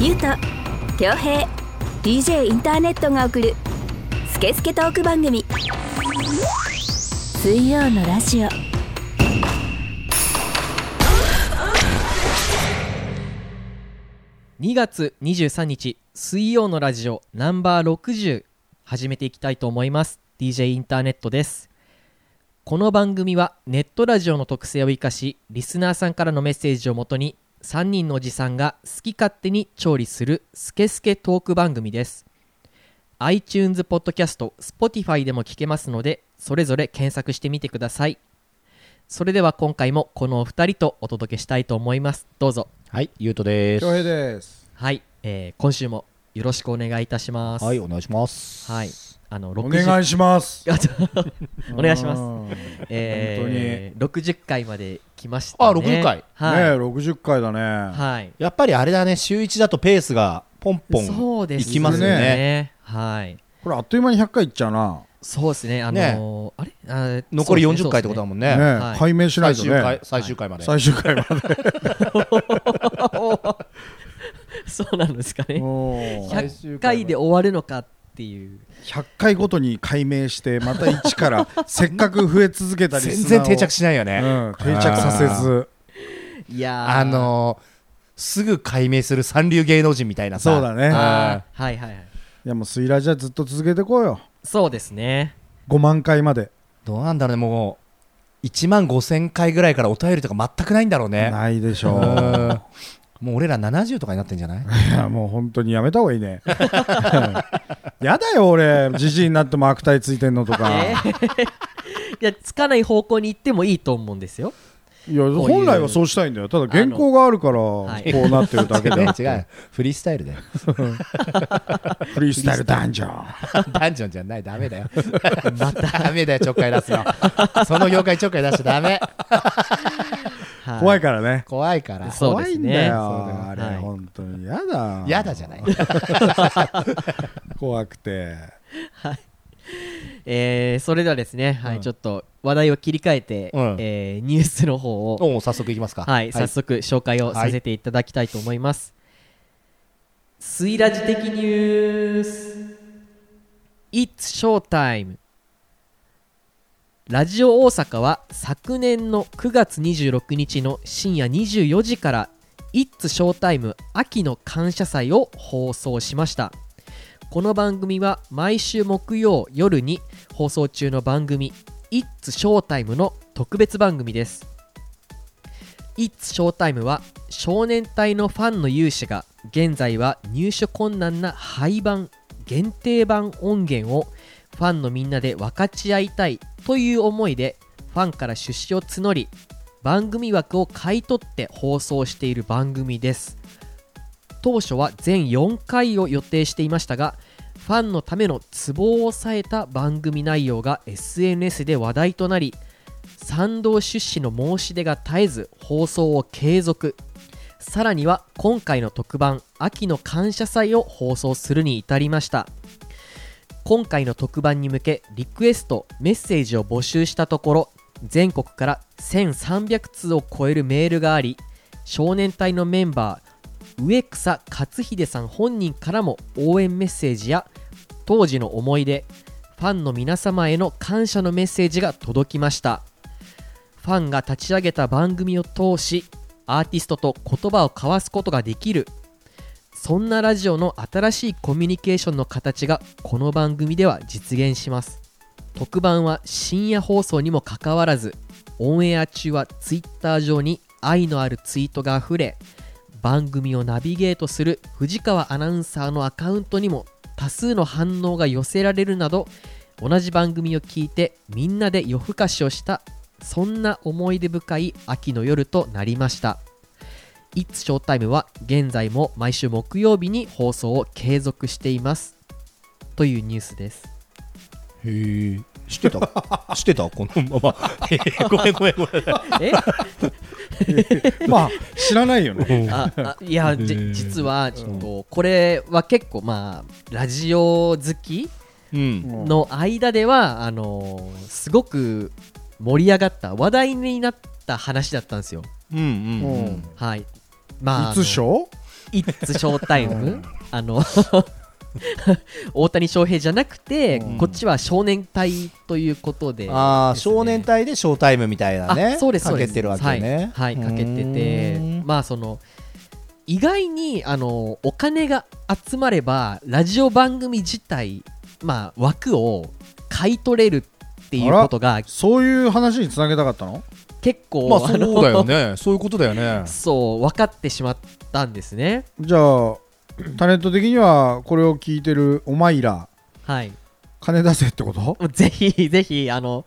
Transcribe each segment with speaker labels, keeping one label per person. Speaker 1: ゆうと恭平 DJ インターネットが送る「スケスケトーク番組」水曜のラジオ
Speaker 2: 2月23日水曜のラジオナンバー60始めていきたいと思います DJ インターネットですこの番組はネットラジオの特性を生かしリスナーさんからのメッセージをもとに3人のおじさんが好き勝手に調理するスケスケトーク番組です iTunes ポッドキャスト Spotify でも聞けますのでそれぞれ検索してみてくださいそれでは今回もこのお二人とお届けしたいと思いますどうぞ
Speaker 3: はい、ゆうとです。
Speaker 4: 恭平です。
Speaker 2: はい、えー今週もよろしくお願いいたします。
Speaker 3: はい、お願いします。
Speaker 2: はい、あの
Speaker 4: お
Speaker 2: 60
Speaker 4: 願いします。
Speaker 2: あちょお願いします
Speaker 4: うん。
Speaker 2: えー60回まで来ましたね。
Speaker 3: あ60回
Speaker 2: はい、
Speaker 4: ねえ、六十回だね。
Speaker 2: はい、
Speaker 3: やっぱりあれだね、週一だとペースがポンポン。
Speaker 2: そうです
Speaker 3: 行きますね
Speaker 2: はい、
Speaker 4: これあっという間に百回いっちゃうな。
Speaker 2: そうですね。あのーあれ、あー
Speaker 3: 残り
Speaker 2: そうです
Speaker 3: 40
Speaker 2: ね
Speaker 3: 回ってことだもんね。
Speaker 4: ねえ、
Speaker 2: はい
Speaker 4: 解明しない
Speaker 3: 最
Speaker 4: と
Speaker 3: 終回、
Speaker 4: ね。
Speaker 3: 最終回まで。
Speaker 4: 最終回まで。
Speaker 2: そうですねそうなんですか ね。
Speaker 4: おー
Speaker 2: 100回で終わるのかっていう。
Speaker 4: 100回ごとに解明して、また一からせっかく増え続けたり。
Speaker 3: 全然定着
Speaker 4: し
Speaker 3: しないよね。
Speaker 4: うん、定着させず。
Speaker 2: いやー
Speaker 3: あのーすぐ解明する三流芸能人みたいなさ。
Speaker 4: そうだね
Speaker 3: あ
Speaker 2: あーはいはいはい。
Speaker 4: いやもうスイラジはずっと続けてこうよ。
Speaker 2: そうですね。
Speaker 4: 5万回まで。
Speaker 3: ーどうなんだろうね、もう、1万5千回ぐらいからお便りとか全くないんだろうね。
Speaker 4: ないでし
Speaker 3: う
Speaker 4: ょ
Speaker 3: ん
Speaker 4: う。
Speaker 3: もう俺ら70とかになってんじゃない
Speaker 4: いやもう本当にやめた方がいいね。やだよ俺、じじいになっても悪態ついてんのとか。
Speaker 2: えー いやつかない方向に行ってもいいと思うんですよ。
Speaker 4: いや
Speaker 2: ういう
Speaker 4: 本来はそうしたいんだよただ原稿があるからこ
Speaker 2: はいう
Speaker 4: なってるだけ
Speaker 3: 違
Speaker 4: だ
Speaker 3: う
Speaker 4: よ
Speaker 3: 違う。フリースタイルだよ。
Speaker 4: フリースタイルダンジョン
Speaker 3: ダンジョンじゃない、ダメだよ。ダメだよ、ちょっかい出すの。その業界ちょっかい出しちゃダメ。
Speaker 2: は
Speaker 4: 怖いからね
Speaker 3: 怖いから。
Speaker 2: そう
Speaker 4: 怖
Speaker 2: で
Speaker 4: い
Speaker 2: す
Speaker 4: ん
Speaker 2: ね
Speaker 4: だよ
Speaker 2: そうだね
Speaker 4: あれ
Speaker 2: はい
Speaker 4: 本当にやだ
Speaker 3: やだじゃない。
Speaker 4: 怖くて
Speaker 2: えーそれではですね、はい
Speaker 3: うん
Speaker 2: ちょっと話題を切り替えて、
Speaker 3: うん
Speaker 2: えーニュースの方を、
Speaker 3: おう早速いきますか。
Speaker 2: はい、早速紹介をさせていただきたいと思います。スイラジ的ニュース It's Showtime ラジオ大阪は昨年の9月26日の深夜24時から「It's Showtime 秋の感謝祭」を放送しましたこの番組は毎週木曜夜に放送中の番組「It's Showtime の特別番組です「It's Showtime は少年隊のファンの有志が現在は入手困難な廃盤限定版音源をファンのみんなで分かち合いたいという思いでファンから出資を募り番組枠を買い取って放送している番組です当初は全4回を予定していましたがファンのためのツボを抑えた番組内容が SNS で話題となり賛同出資の申し出が絶えず放送を継続さらには今回の特番「秋の感謝祭」を放送するに至りました今回の特番に向けリクエストメッセージを募集したところ全国から1300通を超えるメールがあり少年隊のメンバー植草克秀さん本人からも応援メッセージや当時の思い出ファンの皆様への感謝のメッセージが届きましたファンが立ち上げた番組を通しアーティストと言葉を交わすことができるそんなラジオの新しいコミュニケーションの形がこの番組では実現します特番は深夜放送にもかかわらずオンエア中は Twitter 上に愛のあるツイートがあふれ番組をナビゲートする藤川アナウンサーのアカウントにも多数の反応が寄せられるなど同じ番組を聞いてみんなで夜更かしをしたそんな思い出深い秋の夜となりました「It's Showtime」は現在も毎週木曜日に放送を継続していますというニュースです
Speaker 3: へえ。知ってた 知ってたこのま ま。へーごめんごめんごめん。
Speaker 2: え
Speaker 4: まあ知らないよね
Speaker 2: ああいやじ実はちょっとこれは結構まあラジオ好き
Speaker 3: うん。
Speaker 2: の間ではあのすごく盛り上がった話題になった話だったんですよ
Speaker 3: うんうんうん
Speaker 4: うん
Speaker 2: はいまあ
Speaker 4: いつショー
Speaker 2: 「イッツショータイム」あの 大谷翔平じゃなくて、
Speaker 3: うん
Speaker 2: こっちは少年隊ということで
Speaker 3: ああ、
Speaker 2: ですね
Speaker 3: 少年隊でショータイムみたいなね
Speaker 2: あそうですそう
Speaker 3: か
Speaker 2: で
Speaker 3: け
Speaker 2: す
Speaker 3: てるわけよね
Speaker 2: はい、はい、かけて
Speaker 3: う
Speaker 2: て
Speaker 3: ーん
Speaker 2: まあその意外にあのお金が集まればラジオ番組自体まあ枠を買い取れるっていうことが
Speaker 4: そういう話につなげたかったの
Speaker 2: 結構、
Speaker 3: まあそう
Speaker 2: あの
Speaker 3: だよねそういうことだよね
Speaker 2: そう分かってしまったんですね
Speaker 4: じゃあタレント的にはこれを聞いてるお前ら
Speaker 2: はい
Speaker 4: 金出せってこと
Speaker 2: もうぜひぜひあの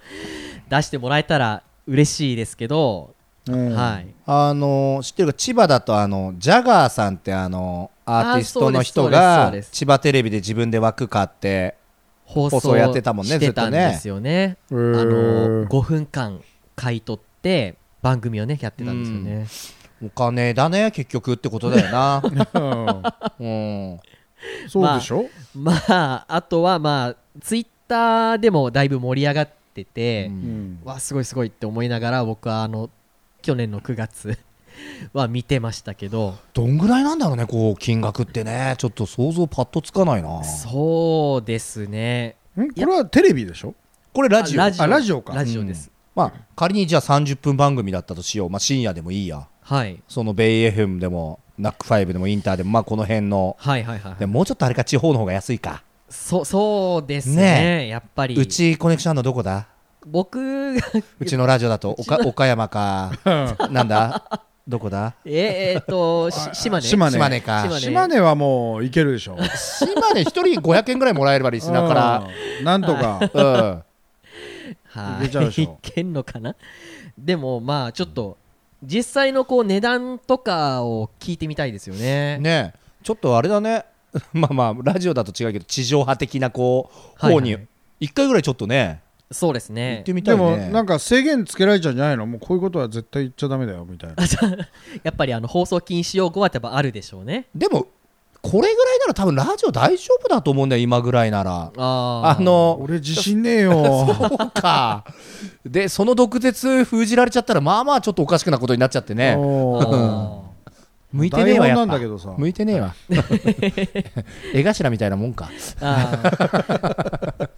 Speaker 2: 出してもらえたら嬉しいですけど、
Speaker 4: うん
Speaker 2: はい
Speaker 3: あの知ってるか千葉だとあのジャガーさんってあのアーティストの人
Speaker 2: あーそうですそう
Speaker 3: が
Speaker 2: ですそうです
Speaker 3: 千葉テレビで自分で枠買って
Speaker 2: 放
Speaker 3: 放送やってたもんね
Speaker 2: してたん
Speaker 3: ずっとね
Speaker 2: ですよね
Speaker 4: あ
Speaker 2: あの5分間買い取って番組をねやってたんですよね、
Speaker 3: お金だね結局ってことだ よなうん
Speaker 4: そうでしょ、
Speaker 2: まああとはまあツイッターでもだいぶ盛り上がってて、
Speaker 3: うん
Speaker 4: うん
Speaker 2: わあすごいすごいって思いながら僕はあの去年の9月 は見てましたけど
Speaker 3: どんぐらいなんだろうねこう金額ってねちょっと想像パッとつかないな
Speaker 2: そうですね
Speaker 4: んこれはテレビでしょ
Speaker 3: これラジオ
Speaker 2: あラジオ
Speaker 4: あラジオか
Speaker 2: ラジオです、
Speaker 3: まあ仮にじゃあ30分番組だったとしようまあ深夜でもいいや
Speaker 2: はい、
Speaker 3: そのベイ FM でもナックファイブでもインターでもまあこの辺の
Speaker 2: はいはいはいは
Speaker 3: で
Speaker 2: い
Speaker 3: ももうちょっとあれか地方の方が安いか
Speaker 2: そそうですね
Speaker 3: ね
Speaker 2: やっぱり
Speaker 3: うちコネクションあんのどこだ
Speaker 2: 僕が
Speaker 3: うちのラジオだと岡岡山かなんだどこだ
Speaker 2: えーっ とし島根
Speaker 4: 島根
Speaker 3: 島根か
Speaker 2: 島根
Speaker 4: 島根はもういけるでしょ
Speaker 3: 島根一人500円ぐらいもらえればリスナーか
Speaker 4: うんなん とか、
Speaker 3: らうん
Speaker 2: はい
Speaker 4: けちゃうでしょ
Speaker 2: いけんのかなでもまあちょっと実際のこう値段とかを聞いてみたいですよね
Speaker 3: ねえちょっとあれだね まあまあラジオだと違うけど地上波的なこう
Speaker 2: はいは
Speaker 3: 方
Speaker 2: い
Speaker 3: に一回ぐらいちょっとね
Speaker 2: そうです
Speaker 3: 行っ
Speaker 2: ね
Speaker 3: てみた
Speaker 4: で
Speaker 3: いね
Speaker 4: もなんか制限つけられちゃうんじゃないのもうこういうことは絶対言っちゃダメだよみたいな
Speaker 2: やっぱりあの放送禁止用語は多分あるでしょうね
Speaker 3: でもこれぐらいなら多分ラジオ大丈夫だと思うんだよ今ぐらいなら
Speaker 2: あ
Speaker 3: あ
Speaker 2: ー
Speaker 3: の
Speaker 4: 俺自信ねえよ
Speaker 3: そうかでその毒舌封じられちゃったらまあまあちょっとおかしくなことになっちゃってね
Speaker 4: おー
Speaker 2: あ
Speaker 3: 向いてねえわ
Speaker 4: 台
Speaker 3: やっ
Speaker 4: 本
Speaker 3: ぱ
Speaker 4: なんだけどさ
Speaker 3: 向いてねえわ 絵頭みたいなもんか
Speaker 2: ーあー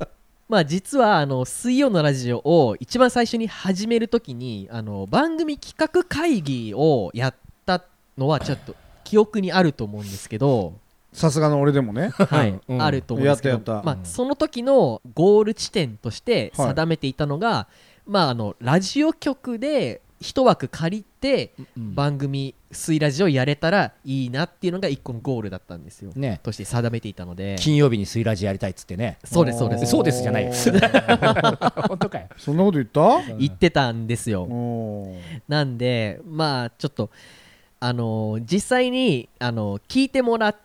Speaker 2: まあ実はあの水曜のラジオを一番最初に始めるときにあの番組企画会議をやったのはちょっと記憶にあると思うんですけど
Speaker 4: さすがの俺でもね
Speaker 2: はい、
Speaker 3: うん
Speaker 2: あると思うんですけど
Speaker 4: やったやった
Speaker 2: まあ
Speaker 3: う、ん
Speaker 2: その時のゴール地点として
Speaker 4: はい
Speaker 2: 定めていたのが、まあ、あのラジオ局で一枠借りて番組「水ラジオ」やれたらいいなっていうのが一個のゴールだったんですよ、
Speaker 3: ね
Speaker 2: として定めていたので
Speaker 3: 金曜日に水ラジやりたいっつってね
Speaker 2: そうですそうです
Speaker 3: そうですじゃないよ 本当かよ
Speaker 4: そんなこと言った
Speaker 2: 言ってたんですよ、
Speaker 4: おー
Speaker 2: なんでまあちょっとあのー実際にあのー聞いてもら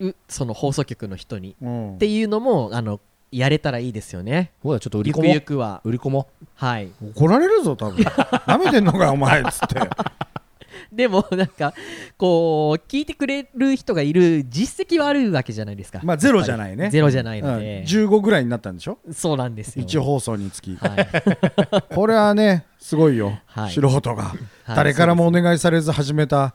Speaker 2: うその放送局の人に
Speaker 4: うん
Speaker 2: っていうのもあのやれたらいいですよね
Speaker 3: ほらちょっと売り
Speaker 2: ゆ
Speaker 3: 込
Speaker 2: く
Speaker 3: も
Speaker 2: ゆ
Speaker 3: う
Speaker 2: くは
Speaker 3: 売り込も
Speaker 2: はい
Speaker 4: 怒られるぞ多分なめてんのかよお前っつって
Speaker 2: でもなんかこう聞いてくれる人がいる実績はあるわけじゃないですか、
Speaker 4: まあゼロじゃないね
Speaker 2: ゼロじゃない
Speaker 4: うん
Speaker 2: ので、
Speaker 4: 15ぐらいになったんでしょ
Speaker 2: そうなんですよ
Speaker 4: 一放送につき
Speaker 2: はい、
Speaker 4: これはねすごいよ
Speaker 2: はい
Speaker 4: 素人が 誰からもお願いされず始めた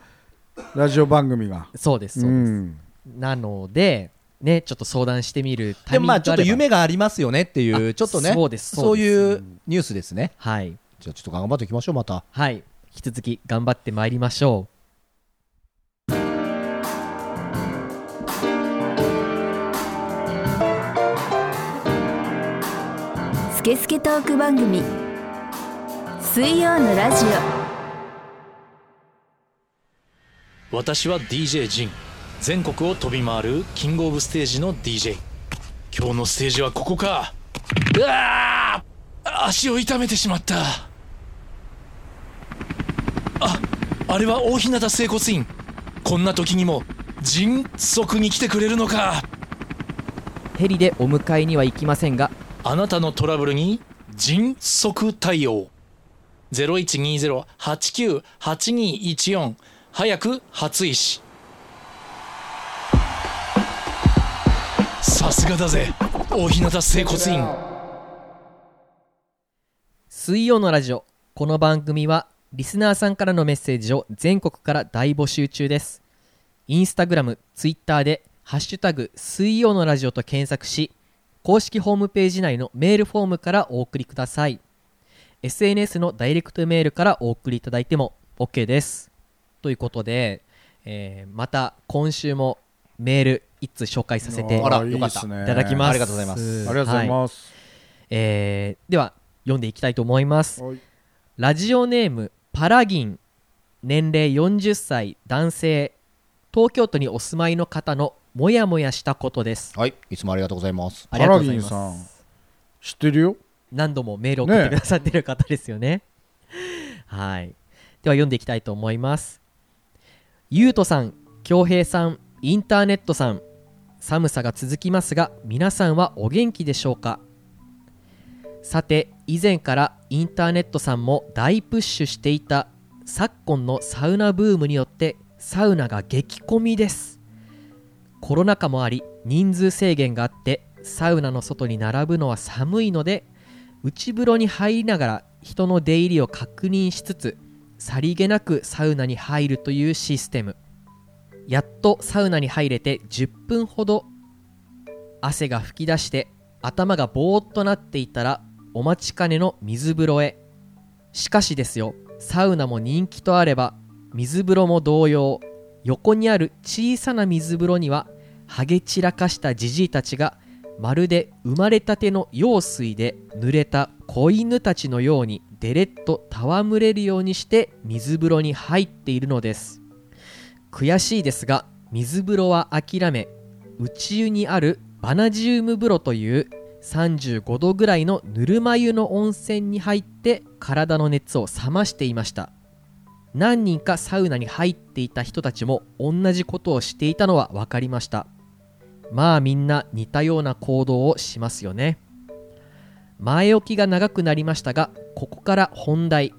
Speaker 4: ラジオ番組が
Speaker 2: そうです
Speaker 4: う
Speaker 2: そうです、
Speaker 4: ん
Speaker 2: なのでねちょっと相談してみる
Speaker 3: う
Speaker 2: タイミングがあれば
Speaker 3: がありますよねってい
Speaker 2: あそうですそうです
Speaker 3: いうニュースですね
Speaker 2: はい
Speaker 3: じゃあちょっと頑張っていきましょうまた
Speaker 2: はい引き続き頑張ってまいりましょ
Speaker 1: スケスケトーク番組水曜のラジオ
Speaker 5: 私は DJ ジン全国を飛び回るキングオブステージの DJ 今日のステージはここかうわあ足を痛めてしまったああれは大日向整骨院こんな時にも迅速に来てくれるのか
Speaker 2: うヘリでお迎えには行きませんが
Speaker 5: あなたのトラブルに迅速対応0120-89-8214早く初石さすがだぜ大日向整骨院
Speaker 2: 水曜のラジオこの番組はリスナーさんからのメッセージを全国から大募集中ですインスタグラムツイッターで「ハッシュタグ水曜のラジオ」と検索し公式ホームページ内のメールフォームからお送りください SNS のダイレクトメールからお送りいただいても OK ですということで、えーまた今週もメール一通紹介させてい
Speaker 3: あら
Speaker 4: い
Speaker 3: よ
Speaker 4: い
Speaker 3: かっ
Speaker 4: で
Speaker 3: た
Speaker 4: すね。
Speaker 2: ただきます、
Speaker 3: ありがとうございます
Speaker 4: ありがとうござい
Speaker 2: は
Speaker 4: ます。
Speaker 2: えーでは読んでいきたいと思います
Speaker 4: はい
Speaker 2: ラジオネームパラギン年齢40歳男性東京都にお住まいの方のモヤモヤしたことです
Speaker 3: はい、いつもありがとうございます。
Speaker 2: あ
Speaker 4: パ
Speaker 2: りがとうご
Speaker 4: ラ
Speaker 2: ざ
Speaker 4: ギ
Speaker 2: い
Speaker 4: ン
Speaker 2: ます
Speaker 4: さん、知ってるよ。
Speaker 2: 何度もメールを送って
Speaker 4: ね
Speaker 2: くださってる方ですよねはいでは読んでいきたいと思いますゆうとさん恭平さんインターネットさん寒さが続きますが皆さんはお元気でしょうかさて以前からインターネットさんも大プッシュしていた昨今のサウナブームによってサウナが激混みですコロナ禍もあり人数制限があってサウナの外に並ぶのは寒いので内風呂に入りながら人の出入りを確認しつつさりげなくサウナに入るというシステムやっとサウナに入れて10分ほど汗が噴き出して頭がぼーっとなっていたらお待ちかねの水風呂へしかしですよサウナも人気とあれば水風呂も同様横にある小さな水風呂にはハゲ散らかしたじじいたちがまるで生まれたての用水で濡れた子犬たちのようにデレッと戯れるようにして水風呂に入っているのです悔しいですが水風呂は諦め内湯にあるバナジウム風呂という35度ぐらいのぬるま湯の温泉に入って体の熱を冷ましていました何人かサウナに入っていた人たちも同じことをしていたのは分かりましたまあみんな似たような行動をしますよね前置きが長くなりましたがここから本題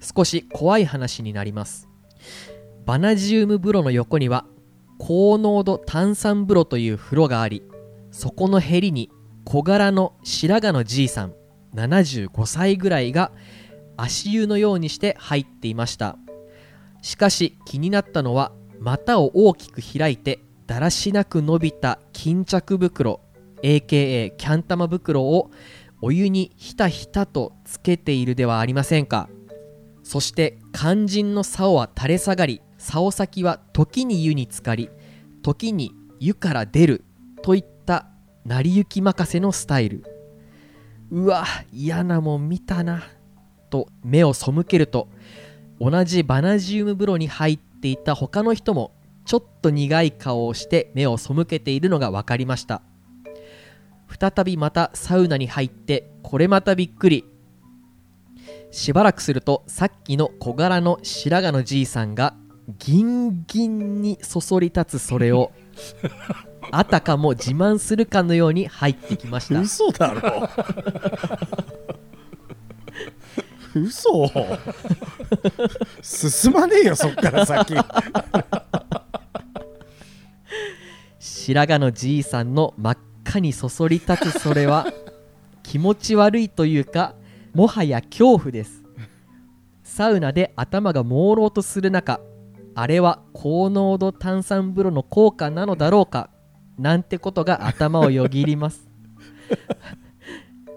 Speaker 2: 少し怖い話になりますバナジウム風呂の横には高濃度炭酸風呂という風呂がありそこのへりに小柄の白髪のじいさん75歳ぐらいが足湯のようにして入っていましたしかし気になったのは股を大きく開いてだらしなく伸びた巾着袋 AKA キャン玉袋をお湯にひたひたとつけているではありませんかそして肝心の竿は垂れ下がり竿先は時に湯に浸かり時に湯から出るといった成り行き任せのスタイルうわ嫌なもん見たなと目を背けると同じバナジウム風呂に入っていた他の人もちょっと苦い顔をして目を背けているのが分かりました再びまたサウナに入ってこれまたびっくりしばらくするとさっきの小柄の白髪のじいさんがギンギンにそそり立つそれをあたかも自慢するかのように入ってきました
Speaker 4: 嘘だろ。 嘘。進まねえよそっから先。
Speaker 2: 白髪のじいさんの真っ赤にそそり立つそれは気持ち悪いというかもはや恐怖ですサウナで頭が朦朧とする中あれは高濃度炭酸風呂の効果なのだろうかなんてことが頭をよぎります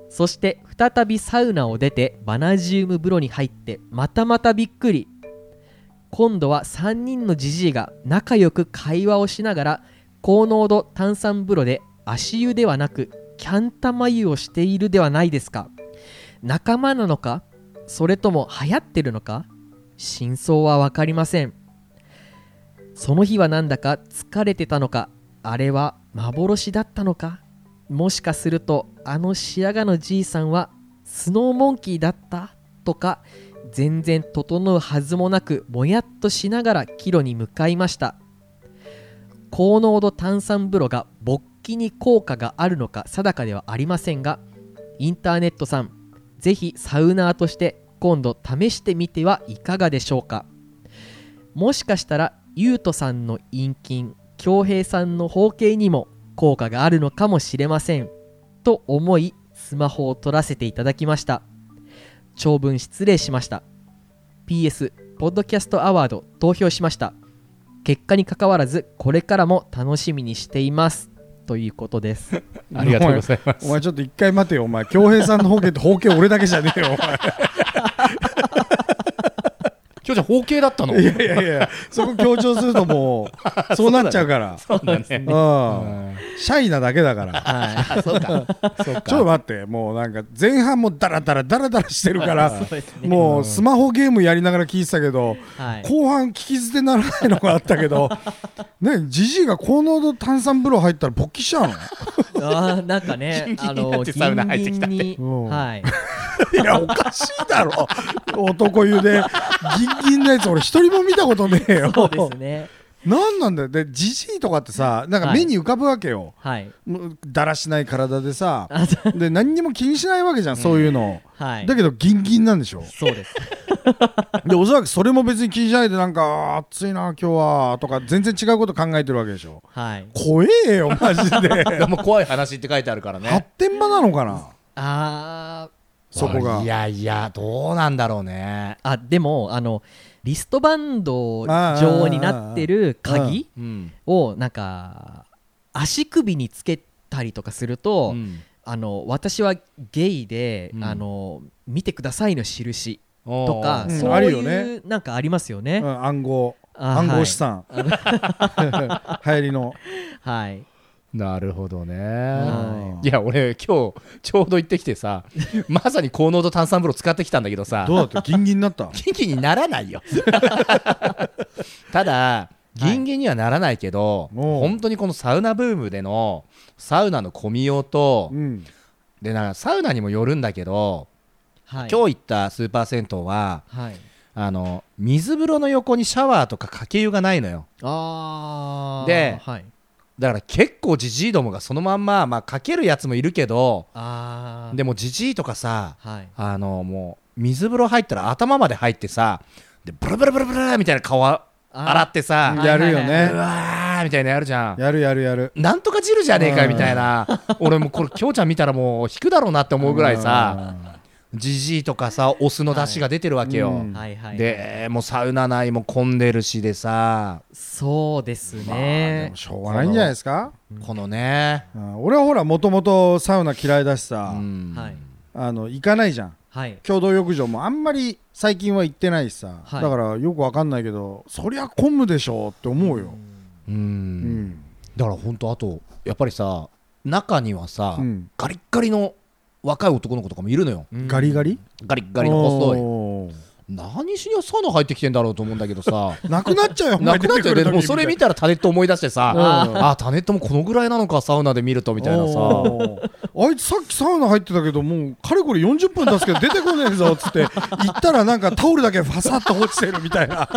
Speaker 2: そして再びサウナを出てバナジウム風呂に入ってまたまたびっくり今度は3人のじじいが仲良く会話をしながら高濃度炭酸風呂で足湯ではなくキャン玉湯をしているではないですか仲間なのかそれとも流行ってるのか真相は分かりませんその日はなんだか疲れてたのかあれは幻だったのかもしかするとあの白髪のじいさんはスノーモンキーだったとか全然整うはずもなくもやっとしながら帰路に向かいました高濃度炭酸風呂が勃起に効果があるのか定かではありませんがインターネットさんぜひサウナーとして今度試してみてはいかがでしょうかもしかしたらゆうとさんの陰菌恭平さんの包茎にも効果があるのかもしれませんと思いスマホを取らせていただきました長文失礼しました PS ポッドキャストアワード投票しました結果にかかわらずこれからも楽しみにしていますということです
Speaker 4: ありがとうご
Speaker 3: ざいま
Speaker 4: お前ちょっと一回待てよお前恭平さんの方形って方形俺だけじゃねえよお前
Speaker 3: きょうちゃん、包茎だったの
Speaker 4: いやいやいやそこ強調するとも うそうなっちゃうから
Speaker 3: そうだね。
Speaker 4: うんシャイなだけだから
Speaker 3: はい。 そうか。そうか。
Speaker 4: ちょっと待ってもうなんか前半もダラダラダラダラしてる から
Speaker 2: です
Speaker 4: もうスマホゲームやりながら聞いてたけど
Speaker 2: はい、
Speaker 4: 後半聞き捨てならないのがあったけ どねじじいが高濃度炭酸風呂入ったら勃起しちゃう の
Speaker 2: あーなんかね
Speaker 3: ギンギ
Speaker 2: あ
Speaker 3: ンにな
Speaker 2: の
Speaker 3: ってサウナ入ってきたって
Speaker 2: ギンギンに
Speaker 4: うん
Speaker 2: はい
Speaker 4: いや、おかしいだろ。男湯で、ギンギンのやつ、俺一人も見たことねえよ。
Speaker 2: そうですね
Speaker 4: 何なんだよ。で、ジジイとかってさ、なんか
Speaker 2: はい
Speaker 4: 目に浮かぶわけよ。
Speaker 2: はい
Speaker 4: もうだらしない体でさ、
Speaker 2: あそう
Speaker 4: で、何にも気にしないわけじゃん、そういうの。
Speaker 2: はい
Speaker 4: だけど、ギンギンなんで しょ。
Speaker 2: そうです
Speaker 4: で、おそらくそれも別に気にしないで、なんか、あー暑いな、今日は、とか、全然違うこと考えてるわけでしょ。
Speaker 2: はい
Speaker 4: 怖 えよ、マジで。
Speaker 3: でも怖い話って書いてあるから
Speaker 4: 発
Speaker 3: ね。
Speaker 4: 展場なのかな、
Speaker 2: あー
Speaker 4: そこが
Speaker 3: い。やいや、どうなんだろうね。
Speaker 2: あでもあのリストバンド状になってる鍵
Speaker 3: うん。
Speaker 2: をなんか足首につけたりとかすると、
Speaker 3: うん
Speaker 2: あの私はゲイで、
Speaker 3: うん
Speaker 2: あの見てくださいの印と
Speaker 3: と
Speaker 2: か、
Speaker 4: うん
Speaker 2: そう
Speaker 4: あるよ
Speaker 2: い
Speaker 4: ね
Speaker 2: うなんかありますよね、
Speaker 4: うん暗号。
Speaker 2: あ
Speaker 4: 暗号 資産。流行りの。
Speaker 2: はい
Speaker 3: なるほどね、
Speaker 2: はい
Speaker 3: や俺今日ちょうど行ってきて さまさに高濃度炭酸風呂使ってきたんだけどさ
Speaker 4: どうだったギンギンにな った
Speaker 3: 元気にならないよただギンギンにはならないけど、
Speaker 4: おう
Speaker 3: 本当にこのサウナブームでのサウナの混みようと、
Speaker 4: うん。
Speaker 3: でなんかサウナにもよるんだけど、
Speaker 2: はい
Speaker 3: 今日行ったスーパー銭湯は
Speaker 2: はい
Speaker 3: あの水風呂の横にシャワーとかかけ湯がないのよ
Speaker 2: あー
Speaker 3: で
Speaker 2: はい、
Speaker 3: だから結構ジジイどもがそのまんま、まあ、かけるやつもいるけど
Speaker 2: あー
Speaker 3: でもジジイとかさ
Speaker 2: はい
Speaker 3: あのもう水風呂入ったら頭まで入ってさでブルブルブルブルみたいな顔洗
Speaker 2: あー
Speaker 3: ってさ
Speaker 2: はい
Speaker 4: やるよ
Speaker 2: はいは
Speaker 3: う
Speaker 4: ね。
Speaker 3: わーみたいなのやるじゃん
Speaker 4: やるやるやる。
Speaker 3: なんとか汁じゃねえかよみたいな俺もうこれ京ちゃん見たらもう引くだろうなって思うぐらいさジジイとかさお酢の出汁が出てるわけよ、
Speaker 4: うん
Speaker 2: はいはい
Speaker 3: でもうサウナ内も混んでるしでさ
Speaker 2: そうです
Speaker 4: うん。まあで
Speaker 2: ね
Speaker 4: も、しょうがないんじゃないですか。
Speaker 3: このね
Speaker 4: うん俺はほら、もともとサウナ嫌いだし
Speaker 3: う
Speaker 4: さ、
Speaker 3: ん
Speaker 2: はい
Speaker 4: あの、行かないじゃん。
Speaker 2: はい
Speaker 4: 共同浴場もあんまり最近は行ってないしさ。
Speaker 2: はい
Speaker 4: だからよくわかんないけど、そりゃ混むでしょうって思うよ。
Speaker 3: う
Speaker 4: うんん。
Speaker 3: だから本当あとやっぱりさ中にはさ、
Speaker 4: うん
Speaker 3: ガリッガリの若い男の子とかもいるのよ
Speaker 4: ガリガリ
Speaker 3: ガリッガリの細い
Speaker 4: おー
Speaker 3: 何しにサウナ入ってきてんだろうと思うんだけどさ
Speaker 4: なくなっちゃうよ、
Speaker 3: なくなっちゃうよねもうそれ見
Speaker 4: て
Speaker 3: たらタネット思い出してさ
Speaker 4: うん
Speaker 3: あタネットもこのぐらいなのかサウナで見るとみたいなさ。
Speaker 4: あいつさっきサウナ入ってたけどもうかれこれ40分経つけど出てこねえぞっつって行ったらなんかタオルだけファサッと落ちてるみたいな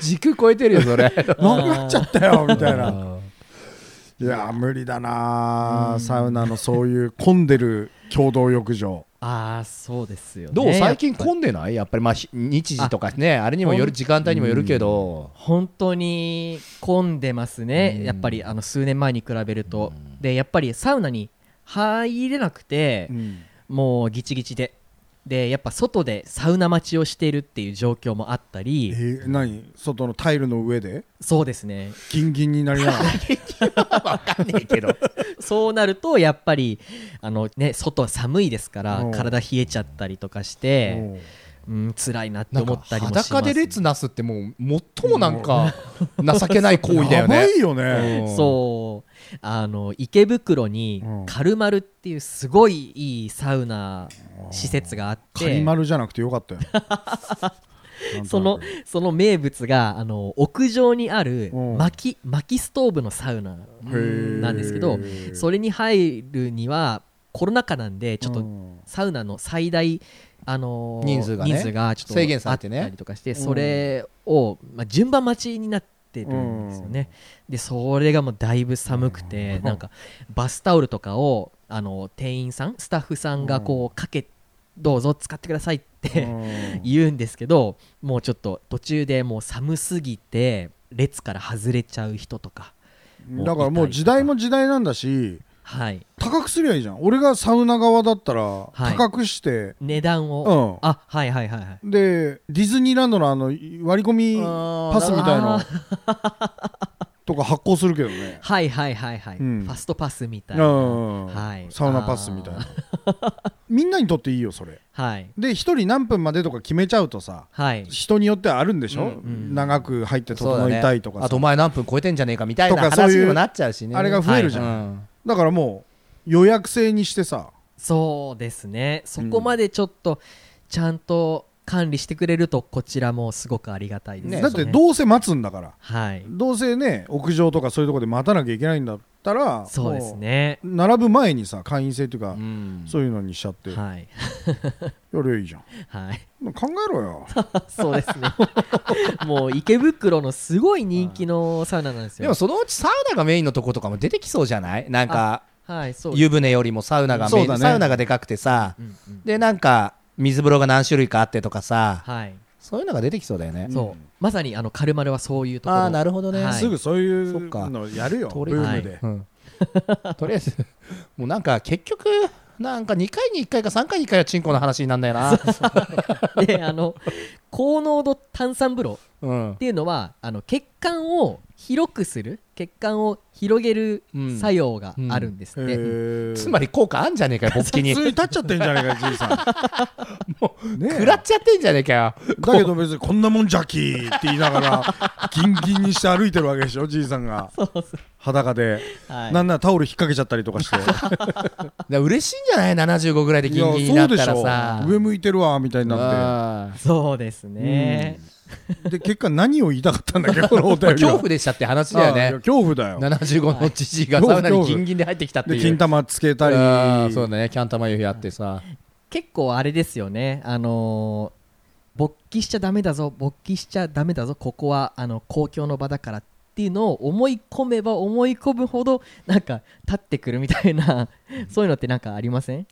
Speaker 3: 時空超えてるよそれ
Speaker 4: なくなっちゃったよみたいないやー無理だなーサウナのそういう混んでる共同浴場
Speaker 2: ああそうですよね
Speaker 3: どう最
Speaker 2: や
Speaker 3: 近
Speaker 2: っぱ
Speaker 3: 混んでないやっぱりまあひ日時とかねあれにもよる時間帯にもよるけど
Speaker 2: 本当に混んでますね、やっぱりあの数年前に比べると、でやっぱりサウナに入れなくて、もうギチギチででやっぱ外でサウナ待ちをしているっていう状況もあった
Speaker 4: え
Speaker 2: り
Speaker 4: ー何外のタイルの上で
Speaker 2: そうですね
Speaker 4: ギンギンになり ながら
Speaker 3: わかんねえけど
Speaker 2: そうなるとやっぱりあの、ね、外は寒いですから
Speaker 4: うん
Speaker 2: 体冷えちゃったりとかして、
Speaker 4: おう
Speaker 2: うん、辛いなって
Speaker 3: なん
Speaker 2: 思
Speaker 3: か
Speaker 2: ったりもします
Speaker 3: 裸で列なすってもう最もなんか情けない行為だ
Speaker 4: や
Speaker 3: よ
Speaker 4: ば
Speaker 3: ね
Speaker 4: いよね
Speaker 2: そうあの池袋に
Speaker 4: うん
Speaker 2: カルマルっていうすごいいいサウナ施設があっ
Speaker 4: カリ
Speaker 2: て、
Speaker 4: マルじゃなくてよかっ たよ
Speaker 2: そのその名物があの屋上にある
Speaker 4: うん
Speaker 2: 薪薪ストーブのサウナな
Speaker 4: なん
Speaker 2: ですけどそれに入るにはコロナ禍なんでちょっと
Speaker 4: うん
Speaker 2: サウナの最大あのー
Speaker 3: 人数がね
Speaker 2: 人数がちょっと
Speaker 3: 制限されてね
Speaker 2: あったりとかしてそれを、まあ、順番待ちになってるんですよね、でそれがもうだいぶ寒くて、
Speaker 4: うん
Speaker 2: なんかバスタオルとかをあの店員さんスタッフさんがこうかけ、どうぞ使ってくださいって、
Speaker 4: うん
Speaker 2: 言うんですけどもうちょっと途中でもう寒すぎて列から外れちゃう人とか
Speaker 4: だからもう時代も時代なんだし
Speaker 2: はい
Speaker 4: 高くすりゃいいじゃん俺がサウナ側だったら
Speaker 2: い
Speaker 4: 高くして、
Speaker 2: 値段を、あはいはいはいはい
Speaker 4: でディズニーランドのあの割り込みパ
Speaker 2: パ
Speaker 4: スみたいの とか発行するけどね
Speaker 2: はいはいはいはい、
Speaker 4: うん
Speaker 2: ファストパスみたいな
Speaker 4: うん
Speaker 2: はい
Speaker 4: サウナパスみたい
Speaker 2: あ
Speaker 4: な みんなにとっていいよそれ
Speaker 2: はい
Speaker 4: で一人何分までとか決めちゃうとさ
Speaker 2: はい
Speaker 4: 人によってはあるんでしょ、
Speaker 2: ん
Speaker 4: 長く入って整いたいとか
Speaker 3: あ
Speaker 4: さ
Speaker 3: とお前何分超えてんじゃねえかみたいな
Speaker 4: とかそう
Speaker 3: 話
Speaker 4: いう
Speaker 3: にもなっちゃうしね
Speaker 4: あれが増えるじゃん、
Speaker 3: うん
Speaker 4: だからもう予約制にしてさ
Speaker 2: そうですねそこまでちょっとちゃんと管理してくれるとこちらもすごくありがたいですね
Speaker 3: ね
Speaker 4: だってどうせ待つんだから
Speaker 2: はい
Speaker 4: どうせね屋上とかそういうとこで待たなきゃいけないんだったら
Speaker 2: そうですね
Speaker 4: もう並ぶ前にさ会員制っていうか、
Speaker 3: うん
Speaker 4: そういうのにしちゃって、
Speaker 2: はい
Speaker 4: やりゃいいじゃん
Speaker 2: はい
Speaker 4: 考えろよ
Speaker 2: そうですね もう池袋のすごい人気のサウナなんです
Speaker 3: で
Speaker 2: よ
Speaker 3: もそのうちサウナがメインのとことかも出てきそうじゃないなんか
Speaker 2: はいそうです
Speaker 3: 湯船よりもサウナがメイ
Speaker 4: そ
Speaker 3: ン、
Speaker 4: うだね
Speaker 3: サウナがでかくてさ、
Speaker 2: うんうん
Speaker 3: でなんか水風呂が何種類かあってとかさ、
Speaker 2: はい
Speaker 3: そういうのが出てきそうだよね
Speaker 2: そうまさにあのカルマルはそういうところ
Speaker 3: ああなるほどね、
Speaker 2: はい
Speaker 4: すぐそうい
Speaker 3: そっ
Speaker 4: う
Speaker 3: か
Speaker 4: のやるよブ
Speaker 3: とり
Speaker 4: ームで、
Speaker 3: うん とりあえずもうなんか結局なんか2回に1回か3回に1回はチンコの話になんだよな、
Speaker 2: であの高濃度炭酸風呂
Speaker 3: うん
Speaker 2: っ、ていうのはあの血管を広くする血管を広げる
Speaker 3: うん
Speaker 2: 作用があるんですって、
Speaker 3: つま
Speaker 4: り
Speaker 3: り効果あんじゃね えかよ勃起に
Speaker 4: 普通に立っちゃってんじゃねえかじいさん
Speaker 3: も
Speaker 4: うねえ
Speaker 3: 食らっちゃってんじゃねえかよ
Speaker 4: だけど別にこんなもんじゃきーって言いながらギンギンにして歩いてるわけでしょじいさんが裸で、
Speaker 2: はい
Speaker 4: なんならタオル引っ掛けちゃったりとかして
Speaker 3: だ嬉しいんじゃない75ぐらい でギンギンに
Speaker 4: い
Speaker 3: なっ
Speaker 4: やそうで
Speaker 3: た
Speaker 4: し
Speaker 3: ら
Speaker 4: ょ
Speaker 3: さ
Speaker 4: 上向いてるわみたいになっ
Speaker 3: な
Speaker 2: そうですね、
Speaker 4: てで結果何を言いたかったんだっけこのお便 り
Speaker 3: 恐
Speaker 4: は
Speaker 3: 怖でしたって話だよ
Speaker 4: ああいや
Speaker 3: ね
Speaker 4: 恐怖だよ
Speaker 3: 75のじじいがサウナにギンギンで入ってきたって
Speaker 4: で
Speaker 3: いう
Speaker 4: 金玉つけたり
Speaker 3: あーそうだねキャン玉夕日やってさ
Speaker 2: 結構あれですよねあのー勃起しちゃダメだぞ勃起しちゃダメだぞここはあの公共の場だからっていうのを思い込めば思い込むほどなんか立ってくるみたいなそういうのってなんかありません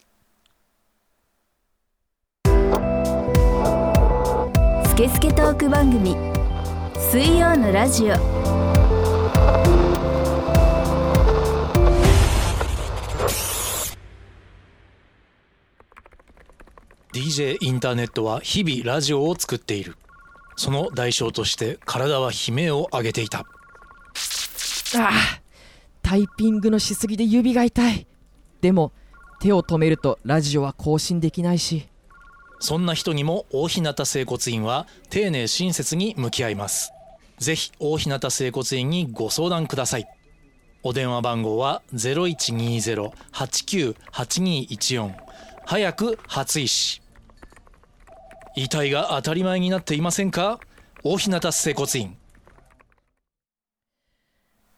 Speaker 1: スケスケトーク番組水曜のラジオ
Speaker 5: 「DJ インターネットは日々ラジオを作っている」その代償として体は悲鳴を上げていた
Speaker 6: ああタイピングのしすぎで指が痛いでも手を止めるとラジオは更新できないし
Speaker 5: そんな人にも大日向整骨院は丁寧親切に向き合います。ぜひ大日向整骨院にご相談ください。お電話番号は0120-89-8214早く初医師。遺体が当たり前になっていませんか大日向整骨院。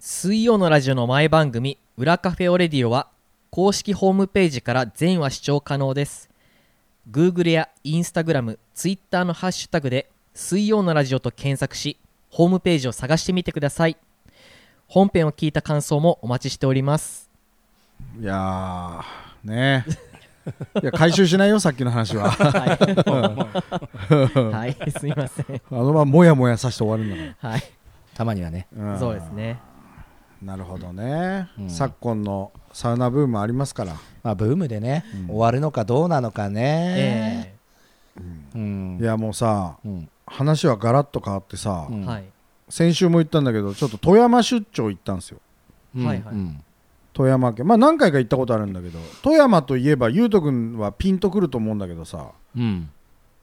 Speaker 2: 水曜のラジオの前番組「裏カフェオレディオ」は公式ホームページから全話視聴可能です Google や InstagramTwitter のハッシュタグで「水曜のラジオ」と検索しホームページを探してみてください本編を聞いた感想もお待ちしております
Speaker 4: いやーねいや回収しないよさっきの話は
Speaker 2: はいすいません
Speaker 4: あのままモヤモヤさして終わるんだか
Speaker 2: はい
Speaker 3: たまにはね
Speaker 4: ら、ん
Speaker 2: そうですね
Speaker 4: なるほどね、昨今のサウナブームありますから
Speaker 3: まあブームでね終わるのかどうなのかね
Speaker 2: え
Speaker 3: うん
Speaker 4: いやもうさ
Speaker 3: うん
Speaker 4: 話はガラッと変わってさ、
Speaker 3: うん
Speaker 2: ーはい
Speaker 4: 先週も言ったんだけどちょっと富山出張行ったんですよ
Speaker 3: うん
Speaker 2: はいはい
Speaker 3: うん
Speaker 4: 富山県まあ何回か行ったことあるんだけど富山といえばゆうとくんはピンとくると思うんだけどさ
Speaker 3: うん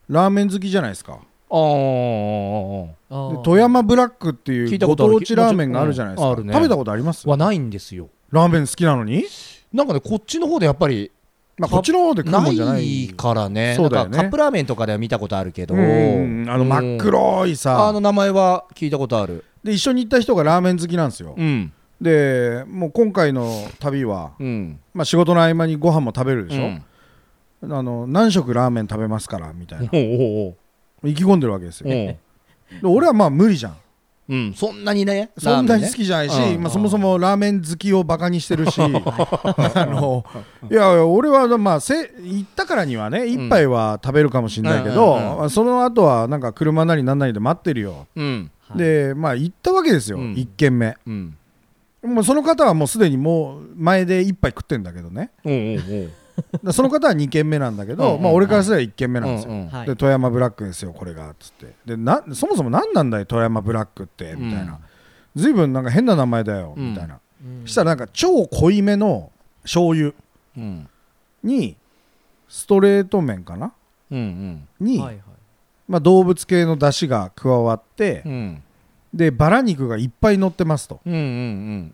Speaker 4: ラーメン好きじゃないですか
Speaker 3: あー
Speaker 2: あ
Speaker 4: で
Speaker 2: ー
Speaker 4: 富山ブラックってい
Speaker 3: 聞いうた
Speaker 4: ご
Speaker 3: ことある
Speaker 4: 当地ラーメンがあるじゃないですか、
Speaker 3: うんあるね
Speaker 4: 食べたことあります
Speaker 3: はないんですよ
Speaker 4: ラーメン好きなのに、
Speaker 3: なんかねこっちの方でやっぱり
Speaker 4: まあ、
Speaker 3: か
Speaker 4: こっちの方で食う
Speaker 3: な
Speaker 4: もんじゃない
Speaker 3: いからね
Speaker 4: そうだよね
Speaker 3: なんかカップラーメンとかでは見たことあるけど
Speaker 4: うんうんあの真っ黒い
Speaker 3: あ
Speaker 4: さ
Speaker 3: の名前は聞いたことある
Speaker 4: で一緒に行った人がラーメン好きなんですよ
Speaker 3: うん
Speaker 4: でもう今回の旅は、
Speaker 3: うん
Speaker 4: まあ、仕事の合間にご飯も食べるでし
Speaker 3: う
Speaker 4: ょ
Speaker 3: ん、
Speaker 4: あの何食ラーメン食べますからみたいな
Speaker 3: おうおう
Speaker 4: 意気込んでるわけです
Speaker 3: おう
Speaker 4: よで俺はまあ無理じゃん
Speaker 3: うんそんなにね
Speaker 4: そんなに好きじゃないし、
Speaker 3: うん
Speaker 4: まあ、そもそもラーメン好きをバカにしてるしあのいやいや俺はまあせ行ったからにはね一杯は食べるかもしれないけど、
Speaker 3: うんうんうん
Speaker 4: まあその後はなんか車なりなんなりで待ってるよ、
Speaker 3: うん
Speaker 2: はい
Speaker 4: でまあ行ったわけですよ、
Speaker 3: うん
Speaker 4: 一1軒目
Speaker 3: うん
Speaker 4: もうその方はもうすでにもう前で一杯食ってんだけどね
Speaker 3: うんうん
Speaker 4: だからその方は2軒目なんだけど、
Speaker 3: うんうんうん
Speaker 4: まあ、俺からすれば1軒目
Speaker 3: う
Speaker 4: なん
Speaker 3: ん
Speaker 4: ですよ、
Speaker 3: うん
Speaker 2: はい
Speaker 4: で富山ブラックですよこれがつってでなそもそも何なんだよ富山ブラックってみたいな、随分なんか変な名前だよ、みたいな
Speaker 2: うん
Speaker 4: したらなんか超濃いめの醤油
Speaker 3: うん
Speaker 4: にストレート麺かな
Speaker 3: うん
Speaker 4: に、
Speaker 2: はいはい
Speaker 4: まあ、動物系の出汁が加わって
Speaker 3: うんう、ん
Speaker 4: でバラ肉がいっぱい乗ってますと
Speaker 3: うんうんう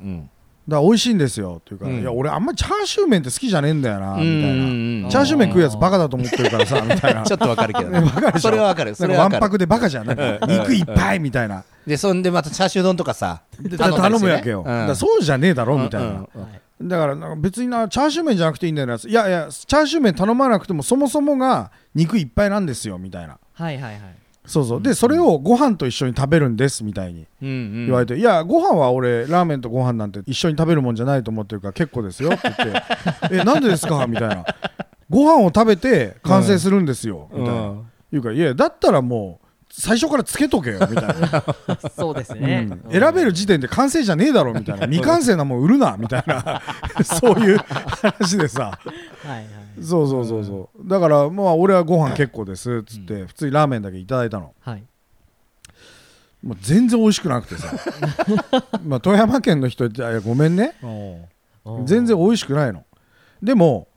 Speaker 3: ん
Speaker 4: だから美味しいんですよっていうから、
Speaker 3: うん
Speaker 4: いや俺あんまりチャーシュー麺って好きじゃねえんだよな
Speaker 3: う
Speaker 4: みたいな、
Speaker 3: んうん
Speaker 4: チャーシュー麺食うやつバカだと思ってるからさ みたいな
Speaker 3: ちょっとわかるけど
Speaker 4: ねわかるでしょ
Speaker 3: それはわかる
Speaker 4: な
Speaker 3: そ
Speaker 4: んか
Speaker 3: れはわ
Speaker 4: わん
Speaker 3: か
Speaker 4: ぱ
Speaker 3: る
Speaker 4: くでバカじゃんなんか
Speaker 3: うん
Speaker 4: 肉いっぱいみたいな
Speaker 3: でそんでまたチャーシュー丼とかさ
Speaker 4: で頼むやけよ、だからそうじゃねえだろみたいな、
Speaker 2: はい
Speaker 4: だからなんか別になチャーシュー麺じゃなくていいんだよないやいやチャーシュー麺頼まなくてもそもそもが肉いっぱいなんですよみたいな
Speaker 2: はいはいはい
Speaker 4: そうそうでそれをご飯と一緒に食べるんですみたいに言
Speaker 3: 言
Speaker 4: われて、いやご飯は俺ラーメンとご飯なんて一緒に食べるもんじゃないと思ってるから結構です よって言ってえなんでですかみたいなご飯を食べて完成するんですよ、みたいな、言うからいやだったらもう最初からつけとけよみたいな
Speaker 2: そうですね
Speaker 4: うん、選べる時点で完成じゃねえだろみ たいな未完成なもん売るなみたいな そういう話でさ
Speaker 2: はいはい
Speaker 4: そうそうそうそうだからまあ俺はご飯結構ですっつって普通にラーメンだけいただいたの
Speaker 2: はい
Speaker 4: もう全然美味しくなくてさ まあ富山県の人ってあいやごめんね全然美味しくないのでも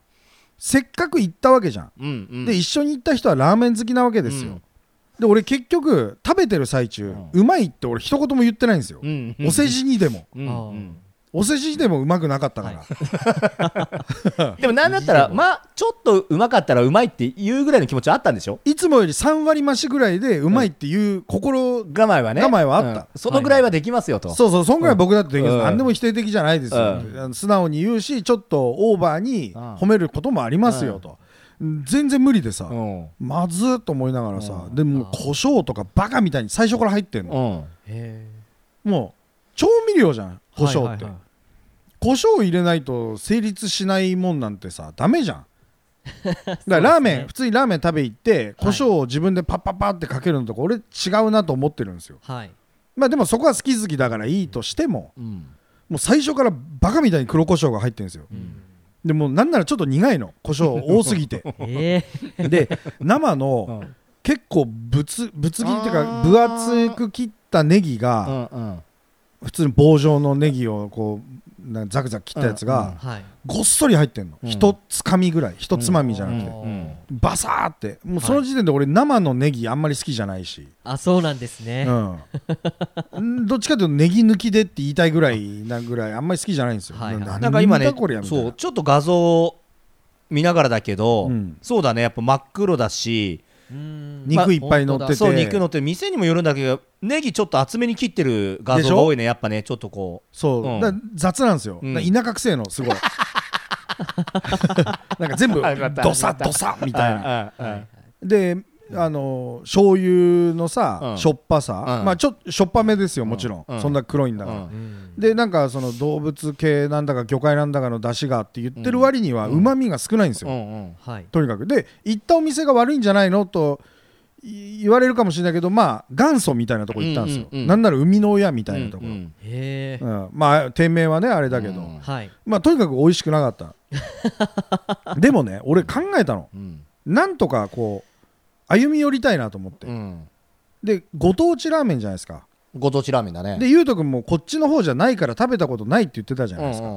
Speaker 4: せっかく行ったわけじゃん
Speaker 3: うんうん
Speaker 4: で一緒に行った人はラーメン好きなわけですよ、
Speaker 3: うん
Speaker 4: で俺結局食べてる最中、
Speaker 3: ん
Speaker 4: うまいって俺一言も言ってないんですよ、
Speaker 3: うん
Speaker 4: お世辞にでも
Speaker 3: うんうん
Speaker 4: お世辞でもうまくなかったから、
Speaker 2: は
Speaker 3: でもなんだったらまあちょっとうまかったらうまいって言うぐらいの気持ちはあったんでしょ
Speaker 4: い、つもより3割増しぐらいでうまいっていう心、
Speaker 3: 我慢はね
Speaker 4: 我慢はあった
Speaker 3: うんそのぐらいはできますよと
Speaker 4: そうそうそんぐらい僕だってできる、
Speaker 3: うん
Speaker 4: 何でも否定的じゃないですよ、
Speaker 3: うん
Speaker 4: あの素直に言うしちょっとオーバーに
Speaker 3: うん
Speaker 4: 褒めることもありますよと、全然無理でさ、
Speaker 3: うん
Speaker 4: まずーっと思いながらさ、
Speaker 3: うん
Speaker 4: でも胡椒とかバカみたいに最初から入ってんの、
Speaker 3: うん
Speaker 2: へ
Speaker 4: もう調味料じゃん
Speaker 2: ー
Speaker 4: 胡椒って、
Speaker 2: はいはいはい
Speaker 4: 胡椒を入れないと成立しないもんなんてさダメじゃ んだからラーメン、普通にラーメン食べ行って胡椒を自分でパッパッパってかけるのとか俺違うなと思ってるんですよ
Speaker 2: はい
Speaker 4: まあでもそこは好き好きだからいいとしても、もう最初からバカみたいに黒胡椒が入ってるんですよ、でもうなんならちょっと苦いの胡椒多すぎ て
Speaker 2: ええ
Speaker 4: で生の
Speaker 3: うん
Speaker 4: 結構ぶつぶつ切りっていうか
Speaker 3: あー
Speaker 4: 分厚く切ったネギが、
Speaker 3: うんうん
Speaker 4: 普通に棒状のネギをこうなザクザク切ったやつが、
Speaker 3: うんうん
Speaker 2: はい
Speaker 4: ごっそり入ってんの、
Speaker 3: うん
Speaker 4: 一つかみぐらい一つまみじゃなくて、
Speaker 2: うん
Speaker 4: バサーってもうその時点で俺生のネギあんまり好きじゃないし、
Speaker 2: あそうなんですね
Speaker 4: うん、どっちかというとネギ抜きでって言いたいぐらいなぐらいあんまり好きじゃないんですよ、
Speaker 2: はいはい
Speaker 4: 何
Speaker 3: なんか今ね
Speaker 4: だこりゃみたいな
Speaker 3: そうちょっと画像見ながらだけど、
Speaker 4: うん
Speaker 3: そうだねやっぱ真っ黒だし
Speaker 2: うん
Speaker 3: まあ
Speaker 4: 肉いっぱい乗ってて、
Speaker 3: そう肉のって店にもよるんだけどネギちょっと厚めに切ってる画像が多いねやっぱねちょっとこ
Speaker 4: そう、
Speaker 3: うん
Speaker 4: だから雑なんですよ、
Speaker 3: うん
Speaker 4: だから田舎くせえのす ごいなんか全部
Speaker 3: あよかった
Speaker 4: ドサドサみ
Speaker 3: う
Speaker 4: たいな
Speaker 3: うんうん
Speaker 4: であの醤油のさ、
Speaker 3: うん
Speaker 4: しょっぱさ、
Speaker 3: うん
Speaker 4: まあちょしょっぱめですよもちろん、
Speaker 3: うん
Speaker 4: そんな黒いんだから、
Speaker 3: うん
Speaker 2: うん
Speaker 4: でなんかその動物系なんだか魚介なんだかの出汁がって言ってる割には
Speaker 3: うん
Speaker 4: うまみが少ないんですよ、
Speaker 3: うんうん
Speaker 2: はい
Speaker 4: とにかくで行ったお店が悪いんじゃないのとい言われるかもしれないけどまあ元祖みたいなとこ行ったんですよ、
Speaker 3: うんうんうん
Speaker 4: なんなら生みの親みたいなところ、
Speaker 3: う
Speaker 4: うん
Speaker 3: うんん
Speaker 2: へえ
Speaker 4: まあ店名はねあれだけど、
Speaker 3: うん
Speaker 2: はい
Speaker 4: まあとにかく美味しくなかった でもね俺考えたの
Speaker 3: うん
Speaker 4: なんとかこう歩み寄りたいなと思って、
Speaker 3: うん
Speaker 4: でご当地ラーメンじゃないですか
Speaker 3: ご当地ラーメンだね
Speaker 4: でゆうとくんもこっちの方じゃないから食べたことないって言ってたじゃ
Speaker 3: う
Speaker 4: ない
Speaker 3: ん
Speaker 4: です
Speaker 3: う
Speaker 4: か、